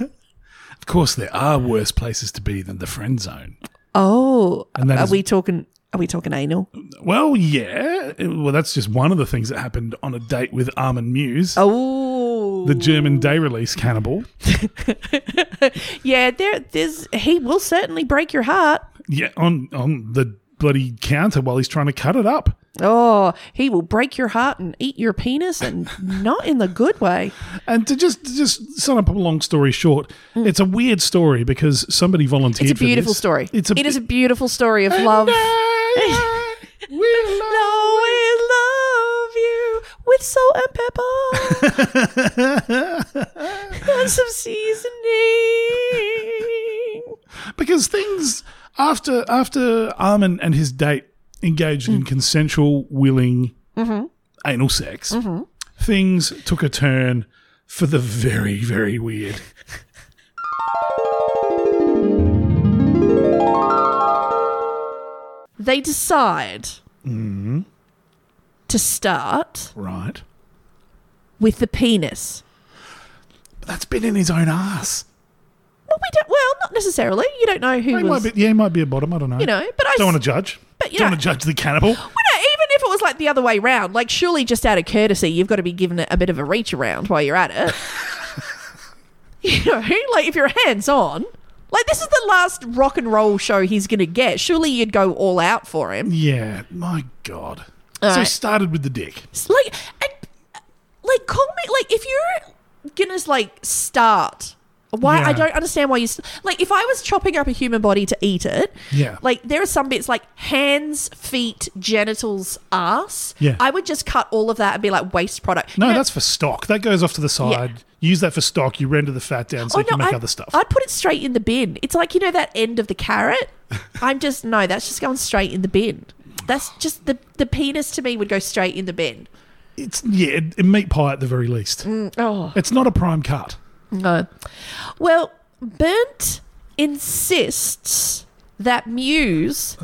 Speaker 2: Of course, there are worse places to be than the friend zone.
Speaker 3: Oh.
Speaker 2: And that
Speaker 3: are
Speaker 2: is-
Speaker 3: we talking are we talking anal?
Speaker 2: Well, yeah. Well, that's just one of the things that happened on a date with Armin Muse,
Speaker 3: Oh.
Speaker 2: the German day release cannibal.
Speaker 3: Yeah, there there's he will certainly break your heart.
Speaker 2: Yeah, on on the bloody counter while he's trying to cut it up.
Speaker 3: Oh, he will break your heart and eat your penis and not in the good way.
Speaker 2: And to just to just sum up a long story short, it's a weird story because somebody volunteered.
Speaker 3: Hmm. It's
Speaker 2: for
Speaker 3: a beautiful
Speaker 2: this.
Speaker 3: story.
Speaker 2: It's a,
Speaker 3: it is a beautiful story of love. We'll always love you with salt and pepper and some seasoning.
Speaker 2: because things after after Armin and his date engaged
Speaker 3: Hmm.
Speaker 2: in consensual, willing
Speaker 3: Mm-hmm.
Speaker 2: anal sex, things took a turn for the very, very weird.
Speaker 3: They decide to start
Speaker 2: Right,
Speaker 3: with the penis.
Speaker 2: but that's been in his own ass.
Speaker 3: Well, we don't. Well, not necessarily. You don't know who
Speaker 2: He
Speaker 3: was.
Speaker 2: might be, yeah, he might be a bottom. I don't know.
Speaker 3: You know, but I
Speaker 2: don't
Speaker 3: s-
Speaker 2: want to judge.
Speaker 3: but, you
Speaker 2: don't
Speaker 3: know-
Speaker 2: want to judge the cannibal.
Speaker 3: Well, no, even if it was like the other way round, like surely just out of courtesy, you've got to be given it a bit of a reach around while you're at it. you know, like if you're hands on, like this is the last rock and roll show he's going to get. Surely you'd go all out for him.
Speaker 2: Yeah, my god.
Speaker 3: All
Speaker 2: so he
Speaker 3: right.
Speaker 2: started with the dick.
Speaker 3: It's Like, and, like call me, like if you're going to like start Why
Speaker 2: Yeah.
Speaker 3: I don't understand why you s like if I was chopping up a human body to eat it,
Speaker 2: Yeah.
Speaker 3: Like there are some bits like hands, feet, genitals, ass.
Speaker 2: Yeah.
Speaker 3: I would just cut all of that and be like waste product.
Speaker 2: No,
Speaker 3: You know-
Speaker 2: that's for stock. That goes off to the side. You use that for stock. You render the fat down so you can make
Speaker 3: I'd,
Speaker 2: other stuff.
Speaker 3: oh, I'd put it straight in the bin. It's like you know that end of the carrot. I'm just no, that's just going straight in the bin. That's just the the penis to me would go straight in the bin.
Speaker 2: it's yeah, it, it meat pie at the very least.
Speaker 3: oh.
Speaker 2: It's not a prime cut.
Speaker 3: No. Well, Burnt insists that Muse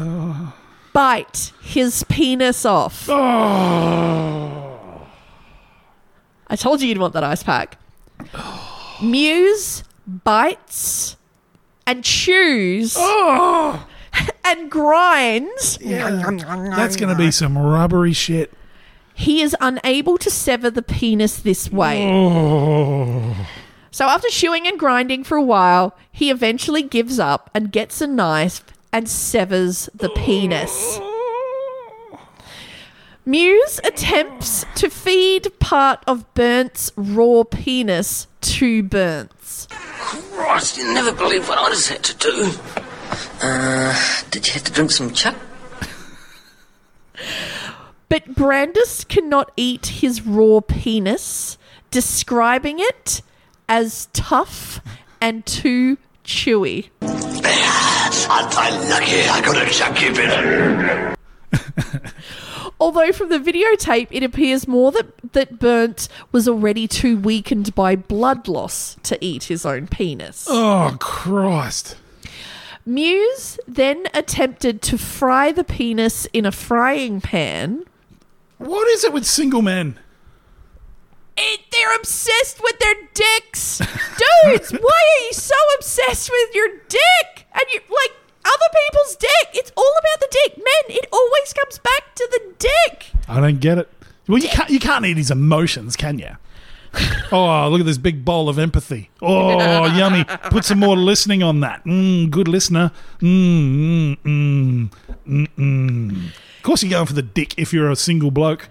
Speaker 3: bite his penis off. I told you you'd want that ice pack. Muse bites and chews
Speaker 2: Oh.
Speaker 3: and grinds.
Speaker 2: That's going to be some rubbery shit.
Speaker 3: He is unable to sever the penis this way.
Speaker 2: Oh.
Speaker 3: So after chewing and grinding for a while, he eventually gives up and gets a knife and severs the penis. Muse attempts to feed part of Burnt's raw penis to Burnt's.
Speaker 7: Christ, you never believe what I just had to do. Uh, did you have to drink some chuck?
Speaker 3: But Brandis cannot eat his raw penis, describing it as tough and too chewy.
Speaker 8: Aren't I lucky? I got a chunky bit.
Speaker 3: Although from the videotape, it appears more that, that Burnt was already too weakened by blood loss to eat his own penis.
Speaker 2: Oh, Christ.
Speaker 3: Muse then attempted to fry the penis in a frying pan.
Speaker 2: What is it with single men?
Speaker 3: It, they're obsessed with their dicks. Dudes, why are you so obsessed with your dick? And you like other people's dick. It's all about the dick. Men, it always comes back to the dick.
Speaker 2: I don't get it. Well, you can't, you can't eat his emotions, can you? oh, look at this big bowl of empathy. Oh, yummy. Put some more listening on that. Mm, good listener. Mm, mm, mm, mm, mm. Of course, you're going for the dick if you're a single bloke.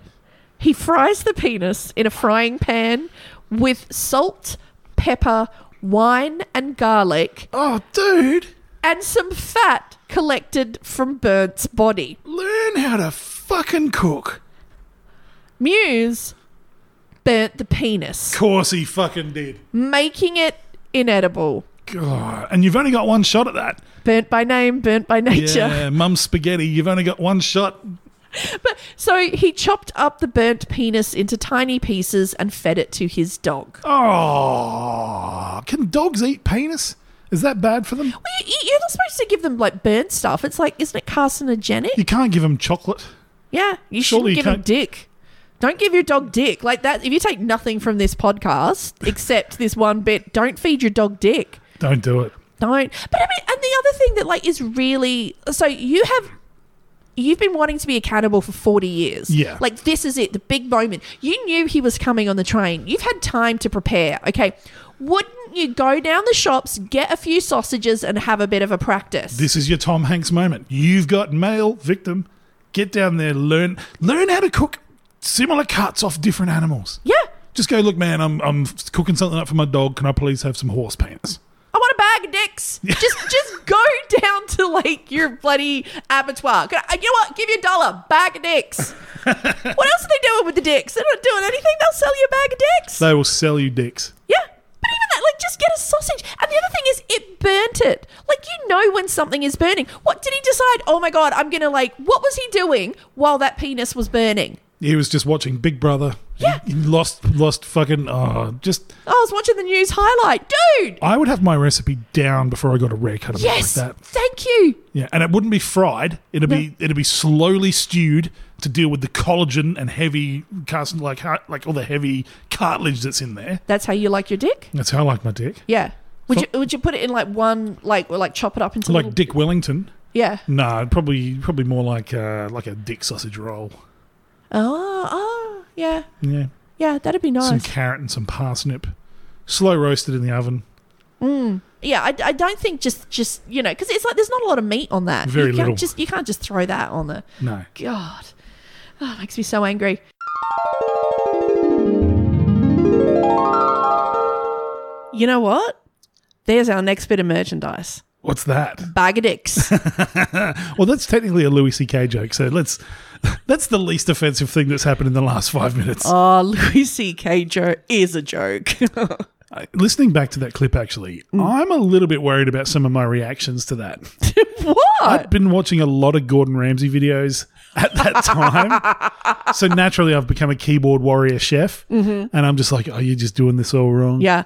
Speaker 3: He fries the penis in a frying pan with salt, pepper, wine, and garlic.
Speaker 2: Oh, dude!
Speaker 3: And some fat collected from Burnt's body.
Speaker 2: Learn how to fucking cook.
Speaker 3: Muse burnt the penis,
Speaker 2: Of course, he fucking did.
Speaker 3: making it inedible.
Speaker 2: God. And you've only got one shot at that.
Speaker 3: Burnt by name, burnt by nature.
Speaker 2: Yeah, mum spaghetti. You've only got one shot.
Speaker 3: So he chopped up the burnt penis into tiny pieces and fed it to his dog.
Speaker 2: Oh, can dogs eat penis? Is that bad for them?
Speaker 3: You- you- You're not supposed to give them like burnt stuff. It's like, isn't it carcinogenic?
Speaker 2: You can't give them chocolate.
Speaker 3: Yeah, you
Speaker 2: Surely
Speaker 3: shouldn't
Speaker 2: you
Speaker 3: give him
Speaker 2: can't-
Speaker 3: dick. Don't give your dog dick like that. If you take nothing from this podcast except this one bit, don't feed your dog dick.
Speaker 2: Don't do it.
Speaker 3: Don't. But I mean, and the other thing that like is really so you have you've been wanting to be a cannibal for 40 years.
Speaker 9: Yeah.
Speaker 3: Like this is it, the big moment. You knew he was coming on the train. You've had time to prepare. Okay. Wouldn't you go down the shops, get a few sausages and have a bit of a practice?
Speaker 2: This is your Tom Hanks moment. You've got male victim. Get down there, learn learn how to cook similar cuts off different animals.
Speaker 3: Yeah.
Speaker 2: Just go, look, man, I'm I'm cooking something up for my dog. Can I please have some horse penis?
Speaker 3: I want a bag of dicks. Just just go down to like your bloody abattoir. Can I- You know what? Give you a dollar. Bag of dicks. what else are they doing with the dicks? They're not doing anything. They'll sell you a bag of dicks.
Speaker 2: They will sell you dicks.
Speaker 3: Yeah. But even that, like, just get a sausage. And the other thing is, it burnt it. Like, you know when something is burning. What did he decide? Oh my God, I'm going to, like, what was he doing while that penis was burning?
Speaker 2: He was just watching Big Brother. Yeah. He, he lost lost fucking oh just
Speaker 3: I was watching the news highlight. Dude!
Speaker 2: I would have my recipe down before I got a rare cut of it
Speaker 3: Yes!
Speaker 2: like Oh, that.
Speaker 3: Thank you.
Speaker 2: Yeah, and it wouldn't be fried. It'd be it'd be slowly stewed to deal with the collagen and heavy cast like har- like all the heavy cartilage that's in there.
Speaker 3: That's how you like your dick?
Speaker 2: That's how I like my dick.
Speaker 3: Yeah. Would you would you put it in, like, one, like, or, like, chop it up into
Speaker 2: Like
Speaker 3: little-
Speaker 2: Dick Wellington.
Speaker 3: Yeah.
Speaker 2: No, nah, probably probably more like uh, like a dick sausage roll.
Speaker 3: Oh, oh, yeah.
Speaker 2: Yeah.
Speaker 3: Yeah, that'd be nice.
Speaker 2: Some carrot and some parsnip. Slow roasted in the oven.
Speaker 3: Mm. Yeah, I, I don't think just just you know because it's like there's not a lot of meat on that.
Speaker 2: Very
Speaker 3: you
Speaker 2: little.
Speaker 3: Can't just you can't just throw that on the.
Speaker 2: No.
Speaker 3: God, oh, it makes me so angry. You know what? There's our next bit of merchandise.
Speaker 2: What's that?
Speaker 3: Bag of dicks.
Speaker 2: well, that's technically a Louis C.K. joke, so let's. That's the least offensive thing that's happened in the last five minutes.
Speaker 3: oh, Louis C.K. joke is a joke.
Speaker 2: Uh, Listening back to that clip, actually,
Speaker 3: Mm.
Speaker 2: I'm a little bit worried about some of my reactions to that.
Speaker 3: what?
Speaker 2: I've been watching a lot of Gordon Ramsay videos at that time, so naturally, I've become a keyboard warrior chef,
Speaker 3: Mhm.
Speaker 2: and I'm just like, "Oh, you're just doing this all wrong."
Speaker 3: Yeah.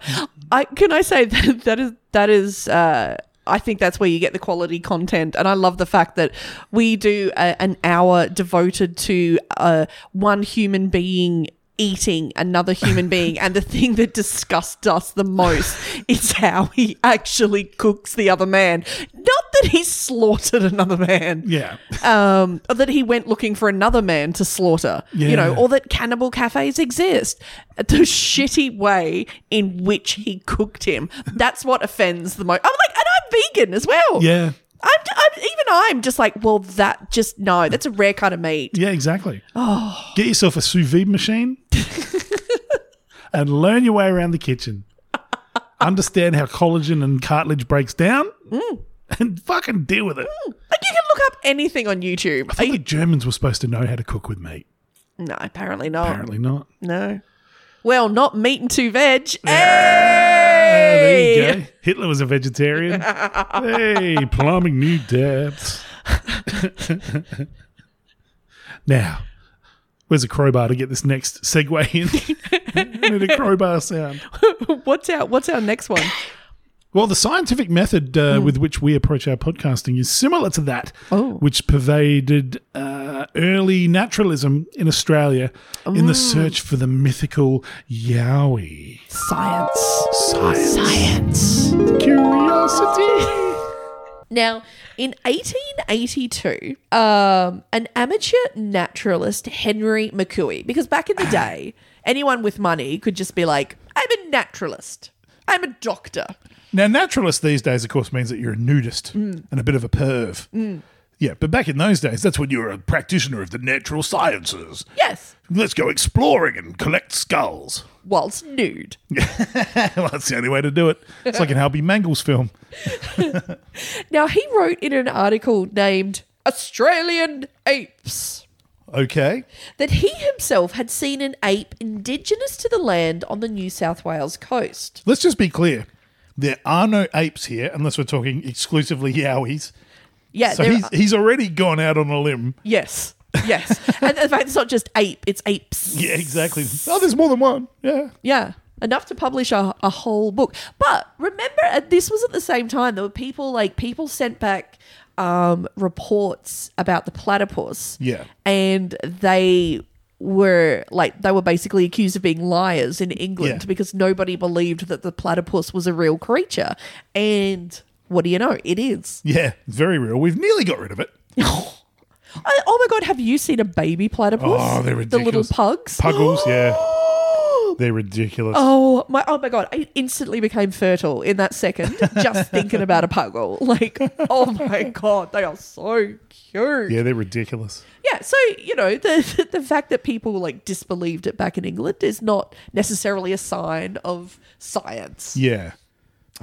Speaker 3: I can I say that that is that is uh I think that's where you get the quality content. And I love the fact that we do a, an hour devoted to uh, one human being eating another human being. And the thing that disgusts us the most is how he actually cooks the other man. Not that he slaughtered another man.
Speaker 2: Yeah.
Speaker 3: Um, or that he went looking for another man to slaughter. You know,
Speaker 2: Yeah.
Speaker 3: or that cannibal cafes exist. The shitty way in which he cooked him. That's what offends the most. I'm like, and I'm vegan as well.
Speaker 2: Yeah.
Speaker 3: I'm, I'm even I'm just like, well, that just no, that's a rare kind of meat.
Speaker 2: Yeah, exactly.
Speaker 3: Oh,
Speaker 2: Get yourself a sous vide machine and learn your way around the kitchen. Understand how collagen and cartilage breaks down
Speaker 3: Mm.
Speaker 2: and fucking deal with it.
Speaker 3: like you can look up anything on YouTube.
Speaker 2: I think the Germans were supposed to know how to cook with meat.
Speaker 3: No, apparently not.
Speaker 2: Apparently not.
Speaker 3: No. Well, not meat and two veg.
Speaker 2: Oh,
Speaker 3: Hey!
Speaker 2: there you go. Hitler was a vegetarian. hey, plumbing new depths. now, where's a crowbar to get this next segue in? I need a crowbar sound.
Speaker 3: what's our What's our next one?
Speaker 2: Well, the scientific method uh, with which we approach our podcasting is similar to that which pervaded uh, early naturalism in Australia in the search for the mythical Yowie.
Speaker 3: Science.
Speaker 2: Science.
Speaker 3: Science.
Speaker 2: Curiosity.
Speaker 3: Now, in 1882, um, an amateur naturalist, Henry McCooey, because back in the day, anyone with money could just be like, I'm a naturalist, I'm a doctor.
Speaker 2: Now, naturalist these days, of course, means that you're a nudist and a bit of a perv.
Speaker 3: Mm.
Speaker 2: Yeah, but back in those days, that's when you were a practitioner of the natural sciences.
Speaker 3: Yes,
Speaker 2: Let's go exploring and collect skulls.
Speaker 3: whilst nude.
Speaker 2: well, that's the only way to do it. It's like an Albie Mangles film.
Speaker 3: Now, he wrote in an article named Australian Apes
Speaker 2: Okay.
Speaker 3: that he himself had seen an ape indigenous to the land on the New South Wales coast.
Speaker 2: Let's just be clear. There are no apes here, unless we're talking exclusively yowies.
Speaker 3: Yeah,
Speaker 2: So
Speaker 3: there
Speaker 2: he's,
Speaker 3: are-
Speaker 2: he's already gone out on a limb.
Speaker 3: Yes. Yes. and in fact, it's not just ape, it's apes.
Speaker 2: Yeah, exactly. Oh, there's more than one. Yeah.
Speaker 3: Yeah. Enough to publish a, a whole book. But remember, uh, this was at the same time. There were people like, people sent back um, reports about the platypus.
Speaker 2: Yeah.
Speaker 3: And they were like, they were basically accused of being liars in England
Speaker 2: Yeah.
Speaker 3: because nobody believed that the platypus was a real creature. And what do you know? It is.
Speaker 2: Yeah, it's very real. We've nearly got rid of it.
Speaker 3: I- oh my God, have you seen a baby platypus?
Speaker 2: Oh, they're
Speaker 3: The little
Speaker 2: ridiculous.
Speaker 3: pugs.
Speaker 2: Puggles, yeah. They're ridiculous.
Speaker 3: Oh my! Oh my god! I instantly became fertile in that second just thinking about a puggle. Like, oh my god, they are so cute.
Speaker 2: Yeah, they're ridiculous.
Speaker 3: Yeah. So you know the the fact that people like disbelieved it back in England is not necessarily a sign of science.
Speaker 2: Yeah.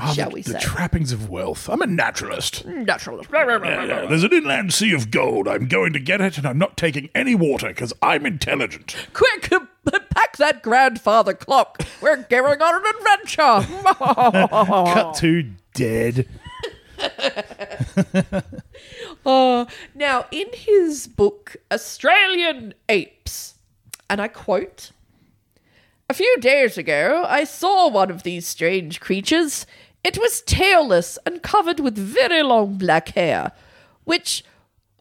Speaker 2: Oh,
Speaker 3: Shall
Speaker 2: the,
Speaker 3: we
Speaker 2: the
Speaker 3: say.
Speaker 2: trappings of wealth. I'm a naturalist.
Speaker 3: Naturalist.
Speaker 2: Yeah, yeah. There's an inland sea of gold. I'm going to get it, and I'm not taking any water because I'm intelligent.
Speaker 3: Quick, pack that grandfather clock. We're going on an adventure.
Speaker 2: Cut to dead.
Speaker 3: Uh, now, in his book, Australian Apes, and I quote A few days ago, I saw one of these strange creatures. It was tailless and covered with very long black hair, which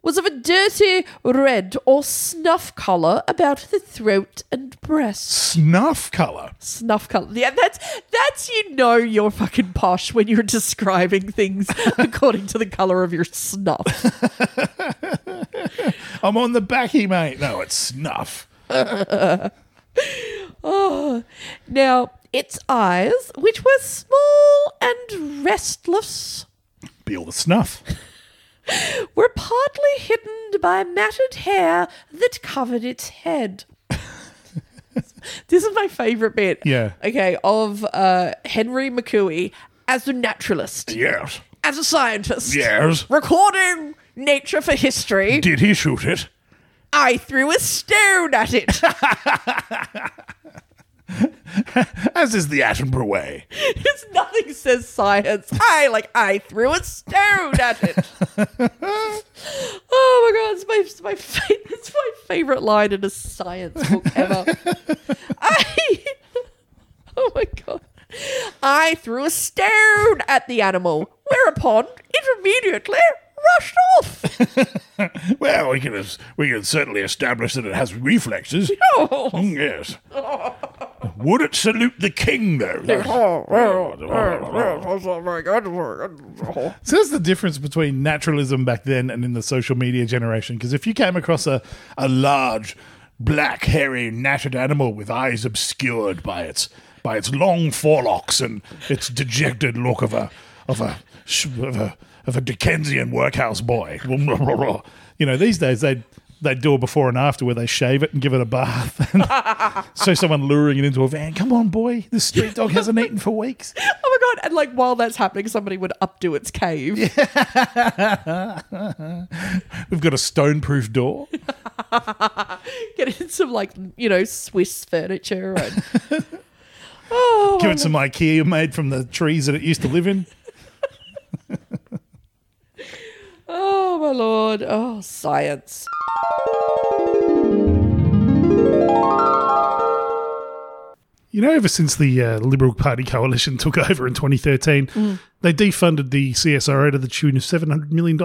Speaker 3: was of a dirty red or snuff colour about the throat and breast.
Speaker 2: Snuff color.
Speaker 3: Snuff colour. Yeah, that's that's you know you're fucking posh when you're describing things according to the colour of your snuff.
Speaker 2: I'm on the backy, mate. No, it's snuff.
Speaker 3: Oh. Now, its eyes, which were small and restless,
Speaker 2: Be all the snuff.
Speaker 3: were partly hidden by matted hair that covered its head. this is my favorite bit.
Speaker 2: Yeah.
Speaker 3: Okay, of uh, Henry McCooey as a naturalist.
Speaker 9: Yes.
Speaker 3: As a scientist.
Speaker 9: Yes.
Speaker 3: Recording nature for history.
Speaker 9: Did he shoot it?
Speaker 3: I threw a stone at it.
Speaker 9: As is the Attenborough way.
Speaker 3: it's nothing says science. I like I threw a stone at it. oh my god, it's my it's my fa- it's my favorite line in a science book ever. I oh my god, I threw a stone at the animal, whereupon it immediately rushed off.
Speaker 9: Well, we can we can certainly establish that it has reflexes.
Speaker 3: Oh.
Speaker 9: Mm, yes. Would it salute the king though?
Speaker 3: Oh. Oh
Speaker 2: So that's the difference between naturalism back then and in the social media generation. Because if you came across a, a large,
Speaker 9: Black, hairy, natted animal with eyes obscured by its by its long forelocks and its dejected look of a of a sh- of a of a Dickensian workhouse boy.
Speaker 2: you know, these days they they do a before and after where they shave it and give it a bath. And so someone luring it into a van. Come on, boy, this street dog hasn't eaten for weeks.
Speaker 3: Oh my god! And like while that's happening, somebody would updo its cave.
Speaker 2: We've got a stone-proof door.
Speaker 3: Get in some like you know Swiss furniture and oh,
Speaker 2: Give it some IKEA made from the trees that it used to live in.
Speaker 3: oh my lord! Oh science.
Speaker 2: You know, ever since the uh, Liberal Party coalition took over in 2013,
Speaker 3: Mm.
Speaker 2: they defunded the CSIRO to the tune of $700 million.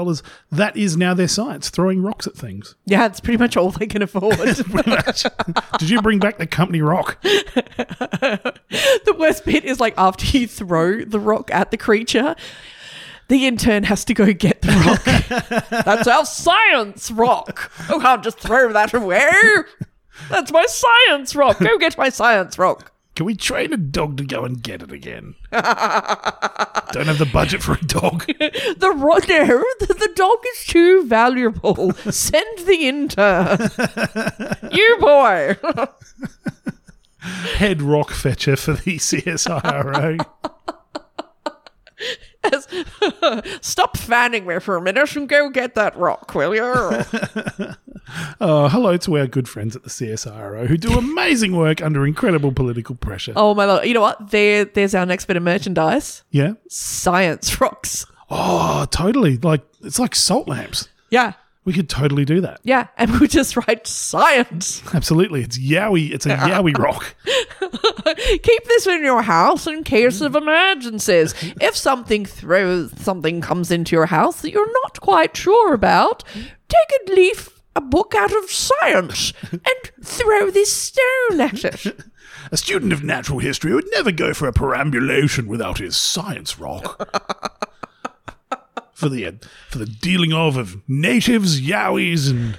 Speaker 2: That is now their science, throwing rocks at things.
Speaker 3: Yeah, it's pretty much all they can afford.
Speaker 2: Did you bring back the company rock?
Speaker 3: the worst bit is like after you throw the rock at the creature, the intern has to go get the rock. That's our science rock. You can't just throw that away. That's my science rock. Go get my science rock.
Speaker 2: Can we train a dog to go and get it again? Don't have the budget for a dog.
Speaker 3: The rock, no, the, the dog is too valuable. Send the intern. you boy.
Speaker 2: Head rock fetcher for the CSIRO.
Speaker 3: Stop fanning me for a minute and go get that rock, will you?
Speaker 2: oh, hello to our good friends at the CSIRO who do amazing work under incredible political pressure.
Speaker 3: oh my lord! You know what? There, there's our next bit of merchandise.
Speaker 2: Yeah.
Speaker 3: Science rocks.
Speaker 2: Oh, totally. Like it's like salt lamps.
Speaker 3: Yeah.
Speaker 2: We could totally do that.
Speaker 3: Yeah, and we'll just write science.
Speaker 2: Absolutely. It's Yowie. It's a Yowie rock.
Speaker 3: Keep this in your house in case of emergencies. If something throws, something comes into your house that you're not quite sure about, take a leaf, a book out of science, and throw this stone at it.
Speaker 9: A student of natural history would never go for a perambulation without his science rock. for the for the dealing of of natives, yowies, and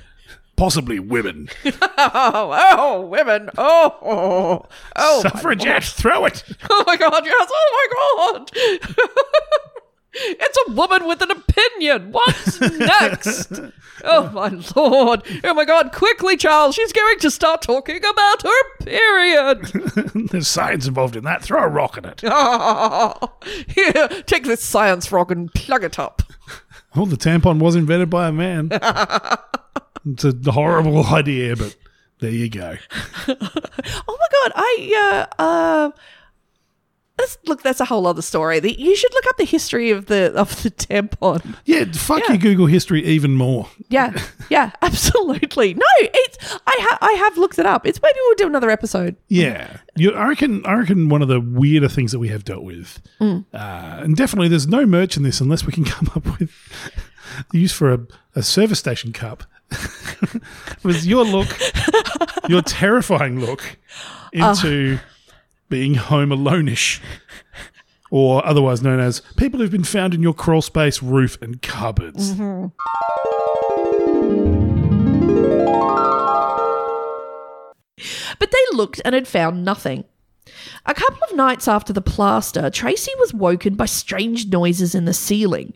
Speaker 9: possibly women.
Speaker 3: oh, oh, women. Oh, oh, oh. my
Speaker 9: Suffragette, throw it.
Speaker 3: God. Oh my god, yes. Oh my god. it's a woman with an opinion. What's next? oh my lord. Oh my god, quickly, Charles. She's going to start talking about her period.
Speaker 9: There's science involved in that. Throw a rock at it.
Speaker 3: oh, here, take this science rock and plug it up.
Speaker 2: Oh, the tampon was invented by a man. It's a horrible idea, but there you go.
Speaker 3: Oh my god, I uh uh that's, look, that's a whole other story. The- You should look up the history of the of the tampon.
Speaker 2: Yeah, fuck your Google history even more.
Speaker 3: Yeah, yeah, absolutely. No, it's I ha- I have looked it up. It's maybe we'll do another episode.
Speaker 2: Yeah, you, I reckon. I reckon one of the weirder things that we have dealt with,
Speaker 3: Mm.
Speaker 2: uh, and definitely there's no merch in this unless we can come up with the use for a, a service station cup. was your look, your terrifying look, into being home alone-ish, or otherwise known as people who've been found in your crawl space, roof, and cupboards.
Speaker 3: But they looked and had found nothing. A couple of nights after the plaster, Tracy was woken by strange noises in the ceiling.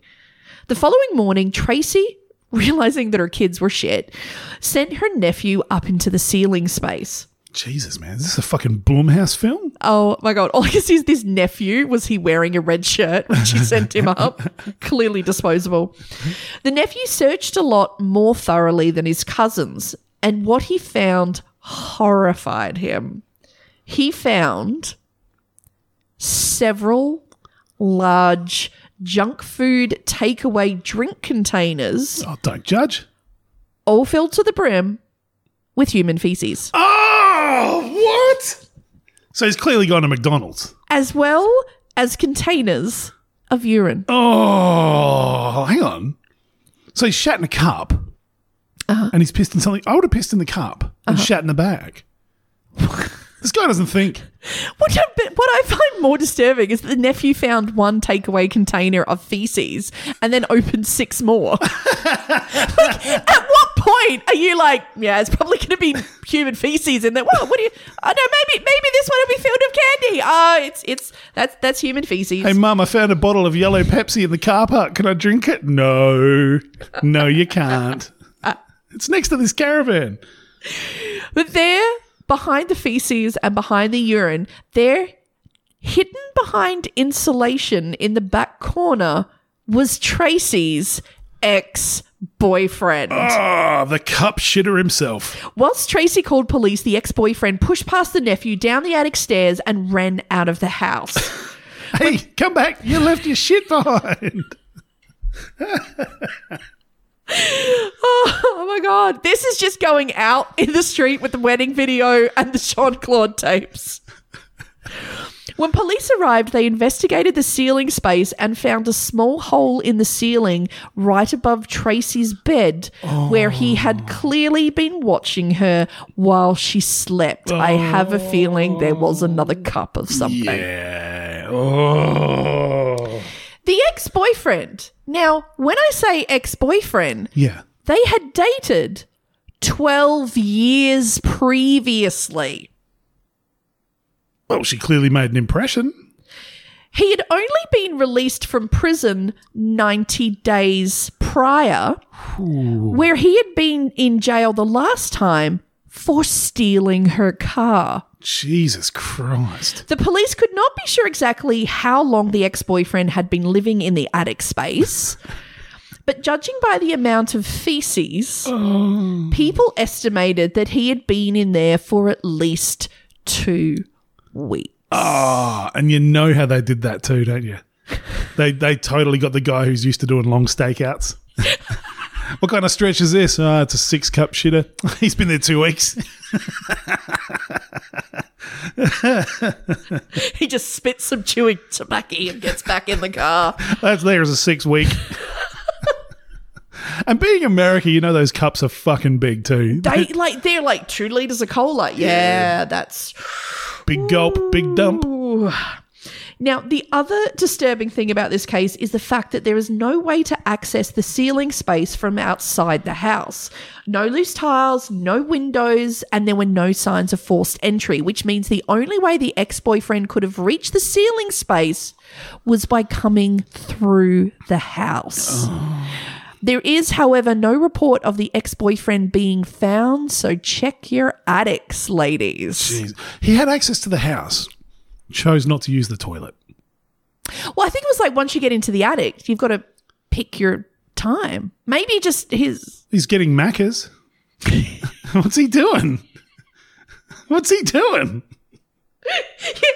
Speaker 3: The following morning, Tracy, realizing that her kids were shit, sent her nephew up into the ceiling space.
Speaker 2: Jesus, man, is this a fucking Bloomhouse film?
Speaker 3: Oh my god! All I can see is this nephew. Was he wearing a red shirt when she sent him up? Clearly disposable. The nephew searched a lot more thoroughly than his cousins, and what he found horrified him. He found several large junk food takeaway drink containers.
Speaker 2: Oh, don't judge.
Speaker 3: All filled to the brim with human feces.
Speaker 2: Oh, what? So he's clearly gone to McDonald's.
Speaker 3: As well as containers of urine.
Speaker 2: Oh, hang on. So he's shat in a cup uh-huh. and he's pissed in something. I would have pissed in the cup and uh-huh. shat in the bag. this guy doesn't think.
Speaker 3: What I, what I find more disturbing is that the nephew found one takeaway container of feces and then opened six more. like, at what point are you like, yeah, it's probably going to be human feces in there? Well, what do you? Oh no, maybe maybe this one will be filled with candy. Ah, oh, it's it's that's that's human feces.
Speaker 2: Hey, mum, I found a bottle of yellow Pepsi in the car park. Can I drink it? No, no, you can't. it's next to this caravan.
Speaker 3: But there, behind the feces and behind the urine, there, hidden behind insulation in the back corner, was Tracy's ex boyfriend.
Speaker 2: Ah, oh, the cup shitter himself.
Speaker 3: Whilst Tracy called police, the ex boyfriend pushed past the nephew down the attic stairs and ran out of the house.
Speaker 2: hey, when- come back. You left your shit behind.
Speaker 3: oh, oh, my god. This is just going out in the street with the wedding video and the Sean Claude tapes. When police arrived, they investigated the ceiling space and found a small hole in the ceiling right above Tracy's bed oh. where he had clearly been watching her while she slept. Oh. I have a feeling there was another cup of something.
Speaker 2: Yeah. Oh.
Speaker 3: The ex boyfriend. Now, when I say ex boyfriend,
Speaker 2: yeah.
Speaker 3: they had dated 12 years previously.
Speaker 2: Well, she clearly made an impression.
Speaker 3: He had only been released from prison 90 days prior, Ooh. where he had been in jail the last time for stealing her car.
Speaker 2: Jesus Christ.
Speaker 3: The police could not be sure exactly how long the ex boyfriend had been living in the attic space. but judging by the amount of feces, oh. people estimated that he had been in there for at least two weeks.
Speaker 2: Ah, oh, and you know how they did that too, don't you? they they totally got the guy who's used to doing long stakeouts. what kind of stretch is this? Oh, it's a six cup shitter. He's been there two weeks.
Speaker 3: he just spits some chewing tobacco and gets back in the car.
Speaker 2: That's there as a six week. And being America, you know those cups are fucking big too.
Speaker 3: They like they're like two liters of cola. Yeah, yeah. that's
Speaker 2: big gulp, Ooh. big dump.
Speaker 3: Now, the other disturbing thing about this case is the fact that there is no way to access the ceiling space from outside the house. No loose tiles, no windows, and there were no signs of forced entry, which means the only way the ex boyfriend could have reached the ceiling space was by coming through the house. Oh. There is, however, no report of the ex boyfriend being found, so check your attics, ladies. Jeez.
Speaker 2: He had access to the house, chose not to use the toilet.
Speaker 3: Well, I think it was like once you get into the attic, you've got to pick your time. Maybe just his.
Speaker 2: He's getting macas. What's he doing? What's he doing?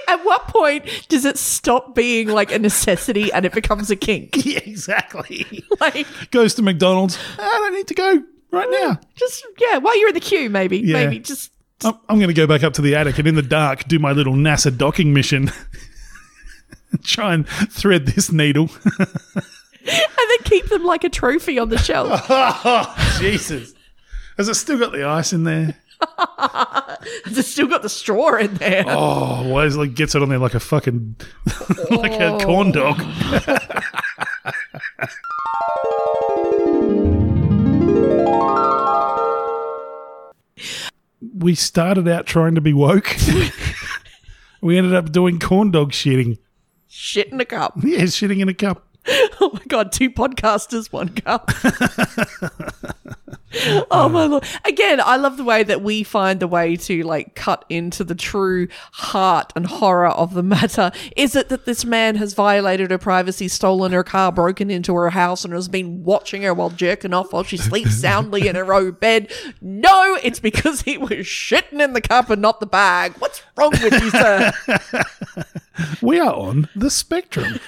Speaker 3: At what point does it stop being like a necessity and it becomes a kink?
Speaker 2: Yeah, exactly.
Speaker 3: like
Speaker 2: goes to McDonald's. I don't need to go right now.
Speaker 3: Just yeah, while you're in the queue, maybe, yeah. maybe just.
Speaker 2: I'm, I'm going to go back up to the attic and in the dark do my little NASA docking mission. Try and thread this needle. and
Speaker 3: then keep them like a trophy on the shelf.
Speaker 2: oh, Jesus. Has it still got the ice in there?
Speaker 3: it's still got the straw in there.
Speaker 2: Oh, Wesley gets it on there like a fucking like oh. a corn dog. we started out trying to be woke. we ended up doing corn dog shitting.
Speaker 3: Shit in a cup.
Speaker 2: Yeah, shitting in a cup.
Speaker 3: Oh my god, two podcasters, one cup. oh my lord! Again, I love the way that we find the way to like cut into the true heart and horror of the matter. Is it that this man has violated her privacy, stolen her car, broken into her house, and has been watching her while jerking off while she sleeps soundly in her own bed? No, it's because he was shitting in the cup and not the bag. What's wrong with you, sir?
Speaker 2: we are on the spectrum.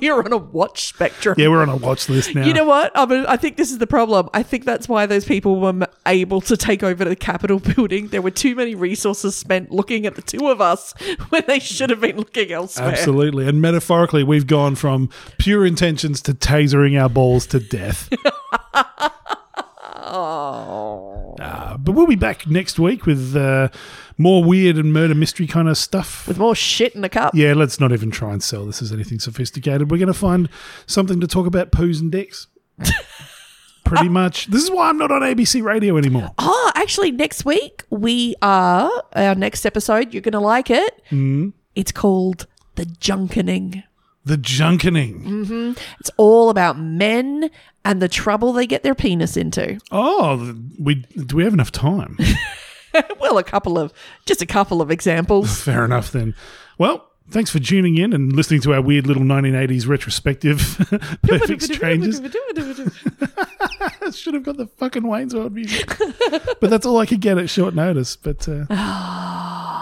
Speaker 3: we are on a watch spectrum.
Speaker 2: Yeah, we're on a watch list now.
Speaker 3: You know what? I mean, I think this is the problem. I think that's why those people were m- able to take over the Capitol building. There were too many resources spent looking at the two of us when they should have been looking elsewhere.
Speaker 2: Absolutely. And metaphorically, we've gone from pure intentions to tasering our balls to death.
Speaker 3: oh.
Speaker 2: Uh, but we'll be back next week with uh, more weird and murder mystery kind of stuff.
Speaker 3: With more shit in a cup.
Speaker 2: Yeah, let's not even try and sell this as anything sophisticated. We're going to find something to talk about poos and dicks. Pretty much. This is why I'm not on ABC Radio anymore.
Speaker 3: Oh, actually, next week we are, our next episode, you're going to like it.
Speaker 2: Mm.
Speaker 3: It's called The Junkening.
Speaker 2: The junkening.
Speaker 3: Mm-hmm. It's all about men and the trouble they get their penis into.
Speaker 2: Oh, we do we have enough time?
Speaker 3: well, a couple of just a couple of examples.
Speaker 2: Fair enough then. Well, thanks for tuning in and listening to our weird little 1980s retrospective. Perfect strangers. Should have got the fucking Wayne's World music, but that's all I could get at short notice. But. Uh,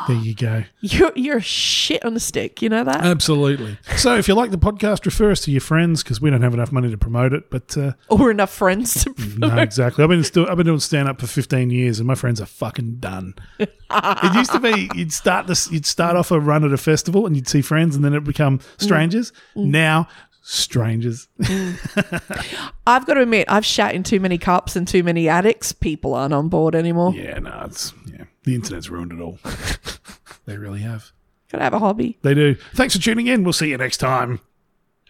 Speaker 2: There you go.
Speaker 3: You're, you're shit on a stick. You know that?
Speaker 2: Absolutely. So if you like the podcast, refer us to your friends because we don't have enough money to promote it. But uh,
Speaker 3: or enough friends to promote.
Speaker 2: No, exactly. I've been still, I've been doing stand up for 15 years, and my friends are fucking done. it used to be you'd start this, you'd start off a run at a festival, and you'd see friends, and then it become strangers. Mm. Now strangers.
Speaker 3: mm. I've got to admit, I've shat in too many cups and too many addicts. People aren't on board anymore.
Speaker 2: Yeah, no, it's yeah. The internet's ruined it all. they really have.
Speaker 3: Gotta have a hobby.
Speaker 2: They do. Thanks for tuning in. We'll see you next time.